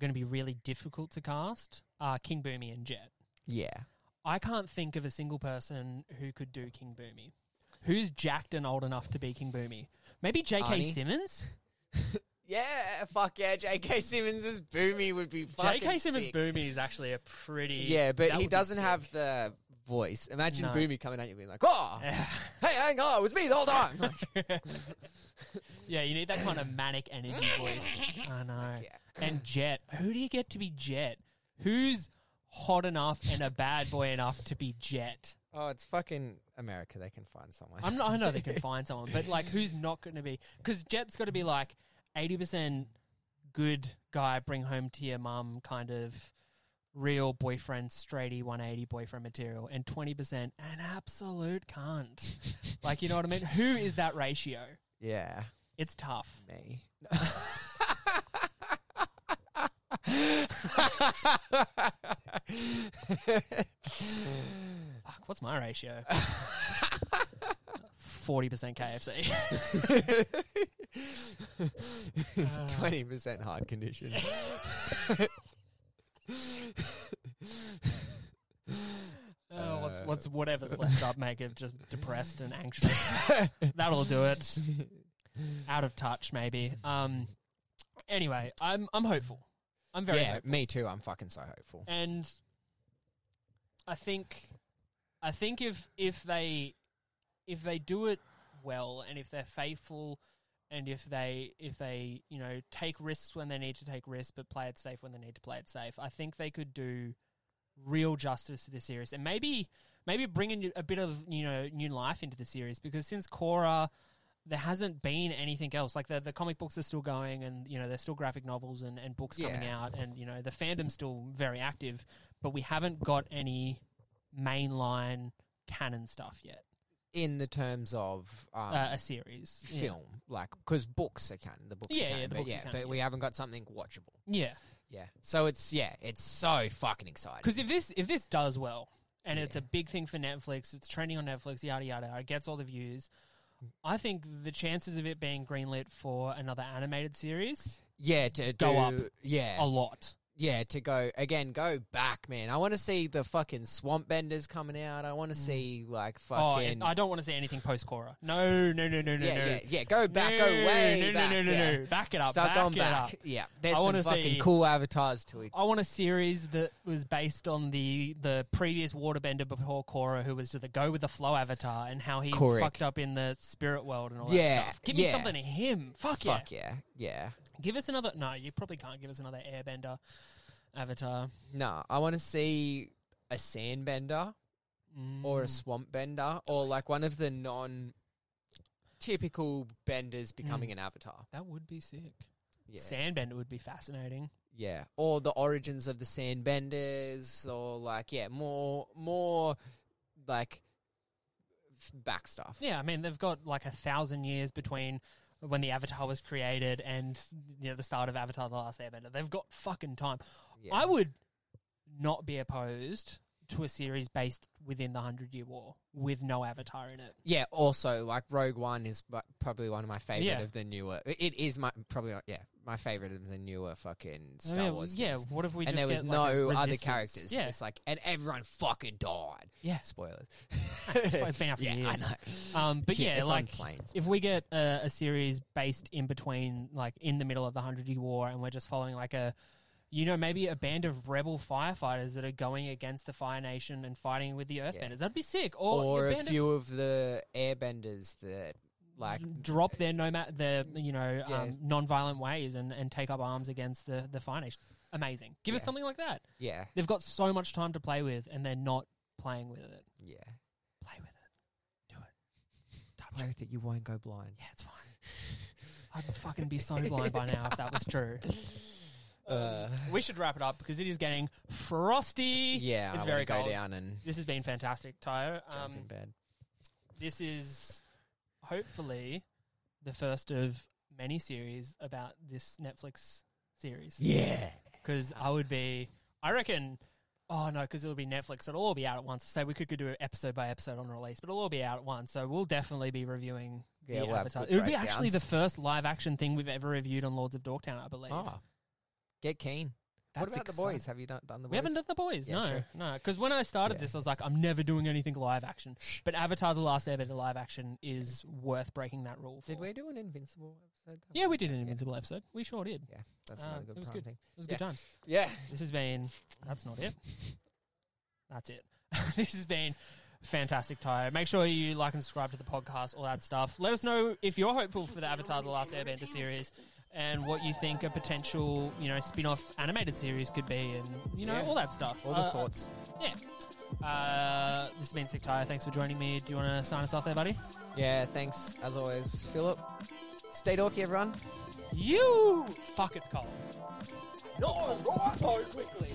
going to be really difficult to cast are King Boomy and Jet. Yeah. I can't think of a single person who could do King Boomy. Who's jacked and old enough to be King Boomy? Maybe J.K. Arnie? Simmons. Yeah, fuck yeah. J.K. Simmons' boomy would be fucking J.K. Simmons sick. Boomy is actually a pretty Yeah, but that he would be doesn't sick. have the voice. Imagine No. Boomy coming at you being like, oh, hey, hang on, it was me the whole time. Like, yeah, you need that kind of manic energy voice. I know. yeah. And Jet, who do you get to be Jet? Who's hot enough and a bad boy enough to be Jet? Oh, it's fucking America. They can find someone. I'm not, I know they can find someone, but like, who's not going to be? Because Jet's got to be like eighty percent good guy, bring home to your mum kind of real boyfriend, straighty one eighty boyfriend material, and twenty percent an absolute cunt. like, you know what I mean? Who is that ratio? yeah, It's tough. me. Fuck, what's my ratio? Forty percent KFC. Twenty percent hard condition. Oh, what's Uh, what's whatever's left up make it just depressed and anxious. That'll do it. Out of touch, maybe. Um. Anyway, I'm I'm hopeful. I'm very yeah, hopeful. me too. I'm fucking so hopeful. and I think I think if if they if they do it well and if they're faithful and if they if they you know take risks when they need to take risks but play it safe when they need to play it safe, I think they could do real justice to the series and maybe maybe bringing a bit of you know new life into the series because since Cora there hasn't been anything else like the the comic books are still going and you know there's still graphic novels and, and books coming Yeah. out and you know the fandom's still very active but we haven't got any mainline canon stuff yet In the terms of um, uh, a series Yeah. film, like because books are canon. The books, Yeah, are yeah, canon, the but books are yeah, canon, but yeah. we haven't got something watchable. yeah Yeah, so it's yeah, it's so fucking exciting. because if this if this does well and it's Yeah. a big thing for Netflix it's trending on Netflix yada yada yada, it gets all the views I think the chances of it being greenlit for another animated series yeah, to Go do- up. Yeah, a lot yeah, to go again. Go back, man. I want to see the fucking swamp benders coming out. I want to see like Mm. Oh, fucking. and I don't want to see anything post Cora. No, no, no, no, no, yeah, no. yeah, yeah. Go no, back, go way no, back. No, no, no, yeah. no. Back it up. Start back going it back. up. Yeah, there's I some wanna fucking see- Oh, cool avatars to it. I want a series that was based on the the previous waterbender before Korra, who was the go with the flow avatar and how he Correct. fucked up in the spirit world and all Yeah, that stuff. Give me yeah. something of him. Fuck, yeah. Fuck yeah, yeah. Give us another. No, you probably can't give us another Airbender avatar No, I want to see a sandbender Mm. or a swamp bender or like one of the non typical benders becoming Mm. an avatar. that would be sick. Yeah. Sandbender would be fascinating. yeah. Or the origins of the sandbenders or like yeah, more more like f- back stuff. Yeah, I mean they've got like a thousand years between when the Avatar was created and you know the start of Avatar: The Last Airbender. They've got fucking time. Yeah. I would not be opposed to a series based within the Hundred Year War with no Avatar in it. Yeah, also like Rogue One is bu- probably one of my favorite Yeah. of the newer. It is my probably uh, yeah, my favorite of the newer fucking Star I mean, Wars. yeah. things. What if we and just there was get, like, a no other resistance? characters. Yeah, It's like, and everyone fucking died. Yeah. Spoilers. it's been out for yeah, I years. know. Um, but yeah, it's on like planes. if we get a, a series based in between, like in the middle of the Hundred Year War, and we're just following like a, you know, maybe a band of rebel firefighters that are going against the Fire Nation and fighting with the Earthbenders. That'd be sick. Or, or a a band of- few of, the airbenders that like drop their nomad, their you know, Yes. um, non-violent ways and, and take up arms against the the Fire Nation. Amazing. Give us Yeah. something like that. yeah They've got so much time to play with, and they're not playing with it. yeah Play with it. Do it. Touch play it. with it you won't go blind Yeah, it's fine. I'd fucking be so blind by now if that was true. uh, We should wrap it up because it is getting frosty. yeah it's I very wanna go cold. down and This has been fantastic, Tyro. jump in Um, bed this is hopefully the first of many series about this Netflix series yeah because I would be, I reckon. Oh no, because it'll be Netflix. It'll all be out at once. So we could, could do it episode by episode on release, but it'll all be out at once. So we'll definitely be reviewing Yeah, the we'll have Avatar. quick It would be actually the breakdowns. first live action thing we've ever reviewed on Lords of Dorktown, I believe. oh get keen what That's about the exciting. boys have you done, done the boys We haven't done the boys, Yeah, no, true. no. Because when I started Yeah. this, I was like, I'm never doing anything live action. But Avatar: The Last Airbender live action is worth breaking that rule. For. did we do an invincible episode Yeah, we did an Invincible episode. We sure did. It yeah that's Uh, another good it was prime good. thing was Yeah. good times. yeah This has been. That's not it. That's it. this has been fantastic, Tyro. Make sure you like and subscribe to the podcast, all that stuff. Let us know if you're hopeful for the Avatar: The Last Airbender series. And what you think a potential, you know, spin-off animated series could be, and you know, Yeah. all that stuff. all the Uh, thoughts Yeah. Uh, this has been Sick Tire. Thanks for joining me. Do you want to sign us off there, buddy? yeah thanks as always Philip stay dorky everyone You! Fuck, it's cold. No! So quickly.